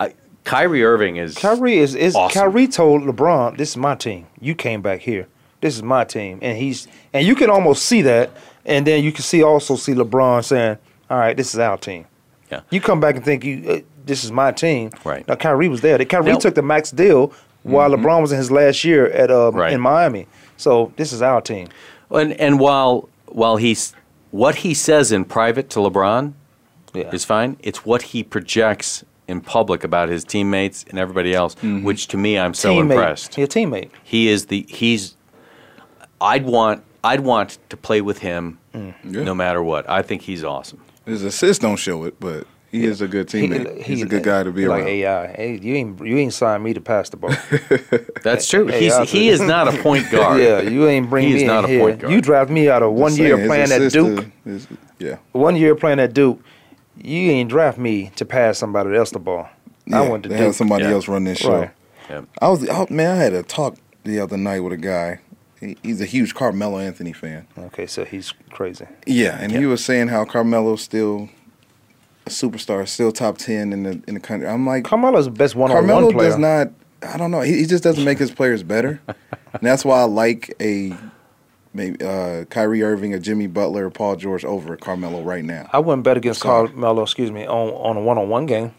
S4: I, Kyrie Irving is
S3: Kyrie is, is
S4: awesome.
S3: Kyrie told LeBron, "This is my team. You came back here. This is my team." And he's and you can almost see that, and then you can see also see LeBron saying, "All right, this is our team."
S4: Yeah.
S3: You come back and think you uh, this is my team.
S4: Right.
S3: Now Kyrie was there. Kyrie
S4: Now- Mm-hmm.
S3: took the max deal while LeBron was in his last year at um,
S4: Right.
S3: in Miami. So this is our team.
S4: And and while while he's what he says in private to LeBron is fine. It's what he projects in public about his teammates and everybody else,
S5: Mm-hmm.
S4: which to me I'm so
S3: teammate.
S4: impressed.
S3: He a teammate.
S4: He is the he's. I'd want I'd want to play with him,
S5: Mm. Yeah.
S4: no matter what. I think he's awesome.
S5: His assists don't show it, but he is a good teammate.
S3: He-
S5: He's
S3: he-
S5: a good guy to be
S3: like
S5: around.
S3: AI. Hey, you ain't you ain't signed me to pass the ball.
S4: That's true.
S3: Hey,
S4: He's,
S3: I-
S4: he is not a
S5: [laughs]
S4: point guard.
S3: yeah, you ain't bring
S4: He is
S3: me
S4: not
S3: in
S4: a
S3: here.
S4: point guard.
S3: You draft me out of one
S5: Just
S3: year
S5: saying, his
S3: playing at
S5: assist
S3: Duke.
S5: to- is- yeah.
S3: One year playing at Duke. You ain't draft me to pass somebody else the ball. I
S5: Yeah,
S3: went to
S5: they
S3: Duke.
S5: have somebody
S4: Yeah.
S5: else run this show.
S3: Right.
S4: Yeah.
S5: I was oh, man, I had a talk the other night with a guy. He, he's a huge Carmelo Anthony fan.
S3: Okay, so he's crazy.
S5: Yeah, and he was saying how Carmelo's still a superstar, still top ten in the in the country. I'm like,
S3: Carmelo's the best one-on-one
S5: Carmelo
S3: player.
S5: does not. I don't know. He, he just doesn't make his
S3: [laughs]
S5: players better, and that's why I like a maybe uh, Kyrie Irving, a Jimmy Butler, or Paul George over Carmelo right now.
S3: I wouldn't bet against Carmelo. Excuse me on on a one-on-one game.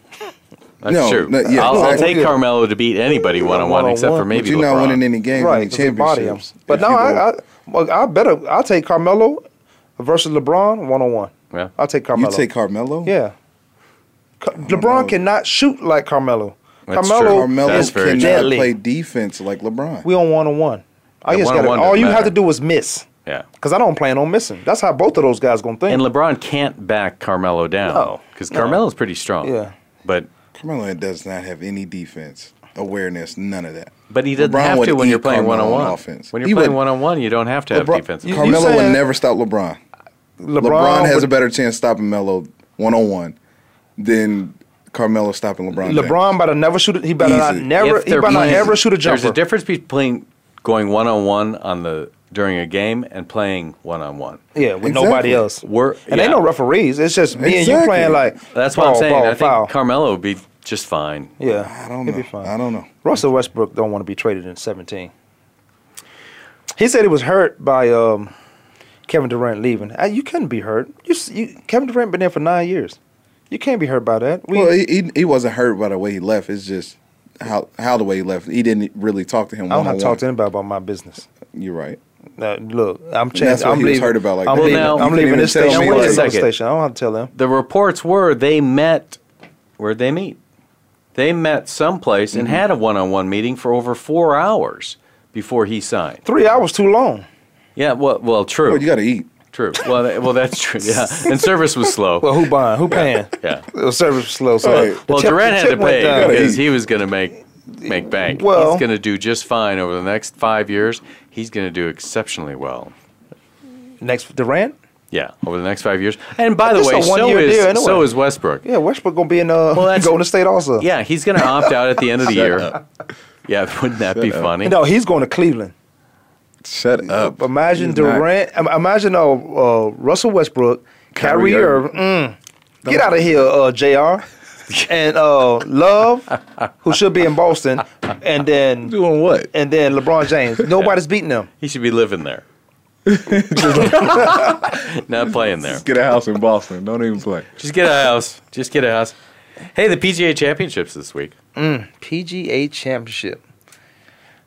S4: That's
S5: No,
S4: true.
S5: no, yeah,
S4: I'll, I'll
S5: exactly.
S4: take Carmelo to beat anybody one on one,
S3: One-on-one.
S4: except for
S3: But
S5: but
S4: maybe
S5: you're
S4: LeBron.
S5: not winning any games,
S3: right,
S5: any
S3: 'cause they body him.
S5: championships.
S3: But
S5: if
S3: no,
S5: you
S3: I, I,
S5: go-
S3: well, I better I'll take Carmelo versus LeBron one-on-one.
S4: Yeah.
S3: I'll take
S5: you
S3: Carmelo.
S5: take Carmelo.
S3: Yeah. Ca-
S5: know.
S3: LeBron cannot shoot like Carmelo.
S4: That's
S3: Carmelo,
S4: true.
S5: Carmelo
S4: That's very
S5: cannot
S3: deadly.
S5: play defense like LeBron.
S3: we on one on one. I
S4: Yeah,
S3: just got
S4: one-on-one
S3: all
S4: doesn't
S3: you have
S4: matter.
S3: to do is miss.
S4: Yeah.
S3: Cause I don't plan on missing. That's how both of those guys gonna think.
S4: And LeBron can't back Carmelo down.
S3: No,
S4: Because Carmelo's pretty strong.
S3: Yeah.
S4: But
S5: Carmelo does not have any defense awareness, none of that.
S4: but he doesn't
S5: LeBron
S4: have
S5: would
S4: to when
S5: eat
S4: you're playing one
S5: Carmelo
S4: on
S5: on
S4: one.
S5: offense.
S4: When you're
S5: He
S4: playing
S5: would-
S4: one on one, you don't have to have
S5: LeBron-
S4: defense.
S3: you-
S5: Carmelo
S3: saying-
S5: would never stop LeBron.
S3: LeBron,
S5: LeBron, has
S3: would-
S5: a better chance stopping Melo one on one than Carmelo stopping LeBron. James.
S3: LeBron better never shoot. it. He better not
S5: Easy.
S3: never. He
S4: they're
S3: better not
S4: playing-
S3: ever shoot a jumper.
S4: There's a difference between going one on one on the during a game and playing one on one.
S3: Yeah, with
S5: Exactly.
S3: nobody else.
S4: We're-
S3: and ain't
S4: yeah.
S3: no referees. It's just me and you
S5: Exactly.
S3: playing like
S4: That's
S3: ball,
S4: what I'm saying.
S3: Ball,
S4: I think
S3: foul.
S4: Carmelo would be just fine.
S3: yeah,
S5: I don't
S3: He'd
S5: know.
S3: be fine.
S5: I don't know.
S3: Russell Westbrook don't want to be traded in 17. He said he was hurt by um, Kevin Durant leaving. Uh, you couldn't be hurt. You, s- you Kevin Durant been there for nine years. You can't be hurt by that. We,
S5: Well, he, he he wasn't hurt by the way he left. It's just how how the way he left. He didn't really talk to him.
S3: I don't have to talk to
S5: him.
S3: anybody about my business.
S5: You're right.
S3: Uh, look, I'm changing.
S5: that's what
S3: I'm
S5: he was
S3: leaving.
S5: hurt about, like,
S3: I'm
S5: well,
S3: leaving,
S4: now-
S3: I'm
S4: you
S3: leaving
S5: couldn't
S3: this
S5: even tell
S3: station.
S4: me,
S3: I'm
S4: like-
S3: leaving this
S4: Wait a second.
S3: station. I don't have to tell him.
S4: The reports were they met where'd they meet? They met someplace and
S3: Mm-hmm.
S4: had a one on one meeting for over four hours before he signed.
S3: Three hours too long.
S4: Yeah, well, well, true.
S5: Well, you got to eat.
S4: True. Well, that, well, that's true. Yeah, and service was slow.
S3: Well, who buying? Who [laughs] paying?
S4: Yeah.
S3: The service was slow. So
S5: Right.
S3: the
S4: well,
S3: tip-
S4: Durant
S3: the
S4: had to
S3: tip went
S4: pay
S3: down.
S4: because he was going to make make bank.
S3: Well-
S4: he's going to do just fine over the next five years. He's going to do exceptionally well.
S3: Next Durant.
S4: Yeah, over the next five years. And by the
S3: Just
S4: way,
S3: a
S4: so
S3: one-year
S4: is
S3: deal anyway.
S4: so is Westbrook.
S3: Yeah, Westbrook gonna be in uh, [laughs]
S4: Well, that's-
S3: Golden State also.
S4: Yeah, he's going to opt out at the end of the year. Yeah, [laughs] wouldn't that be funny?
S3: No, he's going to Cleveland.
S5: Shut up.
S3: Imagine
S5: He's not-
S3: Durant. im- Imagine uh, uh, Russell Westbrook,
S5: Kyrie
S3: Kyrie
S5: Irving.
S3: Irving. Mm. get out of here, uh, Jr.
S5: [laughs]
S3: and uh, Love, who should be in Boston, and then
S5: Doing what?
S3: and then LeBron [laughs] James. Nobody's beating them.
S4: He should be living
S3: [laughs]
S4: there. Not playing there.
S5: Get a house in Boston. Don't even play.
S4: Just get a house. Just get a house. Hey, the PGA Championships this week.
S3: PGA Championship.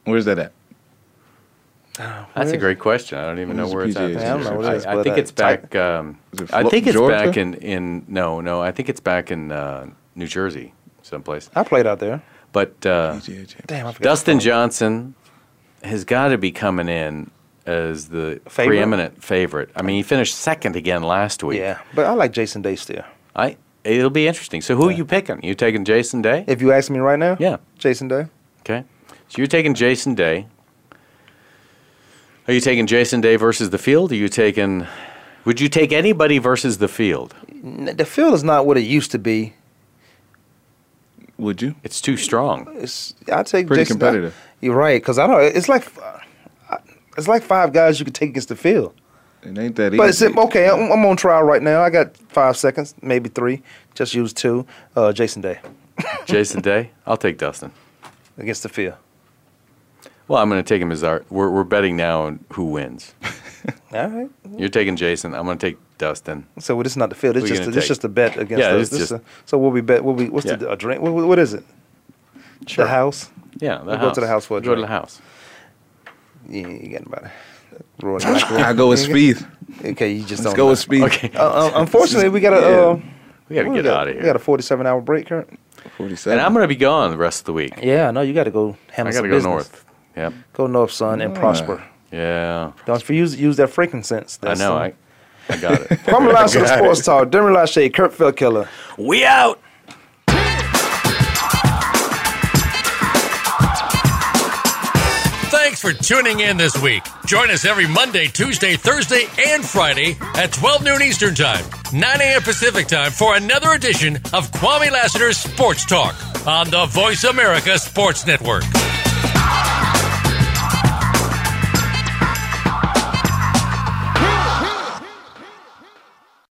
S5: Where's that at?
S4: That's a great question. I don't even know
S5: Where's
S4: where it's
S5: the
S4: at.
S5: PGA Yeah, I don't know
S3: what it is,
S4: I, I
S3: but,
S4: think
S3: uh,
S4: it's back. Um,
S5: Is it
S4: I
S5: Flo-
S4: think it's
S5: Georgia?
S4: back in, in no no. I think it's back in uh, New Jersey someplace.
S3: I played out there.
S4: But uh,
S3: Damn, I forgot.
S4: Dustin Johnson has got to be coming in as the
S3: Favorite?
S4: preeminent favorite. I mean, he finished second again last week.
S3: Yeah, but I like Jason Day still.
S4: I. It'll be interesting. So who are you picking? You taking Jason Day?
S3: If you ask me right now,
S4: Yeah.
S3: Jason Day.
S4: Okay. So you're taking Jason Day. Are you taking Jason Day versus the field? Are you taking would you take anybody versus the field?
S3: N- The field is not what it used to be.
S5: Would you?
S4: It's too strong.
S3: It's I take
S5: Pretty
S3: Jason Day.
S5: competitive.
S3: You're right, because I don't. It's like it's like five guys you could take against the field.
S5: It ain't that easy.
S3: But it's, okay, I'm, I'm on trial right now. I got five seconds, maybe three. Just use two. Uh, Jason Day
S4: Jason Day, I'll take Dustin.
S3: against the field.
S4: Well, I'm going to take him as our. We're, we're betting now on who wins.
S3: All right.
S4: You're taking Jason. I'm going to take Dustin.
S3: So well, this is not the field. It's
S4: Who you
S3: just a,
S4: gonna
S3: it's
S4: take?
S3: just a bet against.
S4: Yeah,
S3: us.
S4: it's
S3: This is
S4: just-
S3: a- so what we bet? What we? What's the
S4: Yeah.
S3: a drink? What, what is it? The house.
S4: Yeah, the
S3: We'll
S4: house.
S3: go to the house for
S4: Go
S3: a
S4: to
S3: drink.
S4: the house.
S3: Yeah, you got nobody.
S5: I go with speed.
S3: [laughs] Okay, you just
S5: Let's
S3: don't
S5: go
S3: know.
S5: with speed.
S4: Okay. [laughs]
S3: Uh, um, unfortunately, we got to uh,
S4: We got to
S3: what
S4: get
S3: we got?
S4: out of here.
S3: We got a forty-seven hour break current.
S4: and
S5: 47.
S4: I'm going to be gone the rest of the week.
S3: Yeah, no, you got to go.
S4: I got
S3: Handle
S4: to
S3: some
S4: go
S3: business.
S4: north. Yep.
S3: Go north, son, and prosper.
S4: Yeah.
S3: Don't for- use use that freaking sense.
S4: I
S3: That's,
S4: know.
S3: uh,
S4: I, I got it. [laughs]
S3: From Alaska to Sports Talk, Dermot Lachey, Kurt Feldkiller.
S9: We out.
S8: Thanks for tuning in this week. Join us every Monday, Tuesday, Thursday, and Friday at 12 noon Eastern Time, 9 a.m. Pacific Time for another edition of Kwame Lassiter's Sports Talk on the Voice America Sports Network.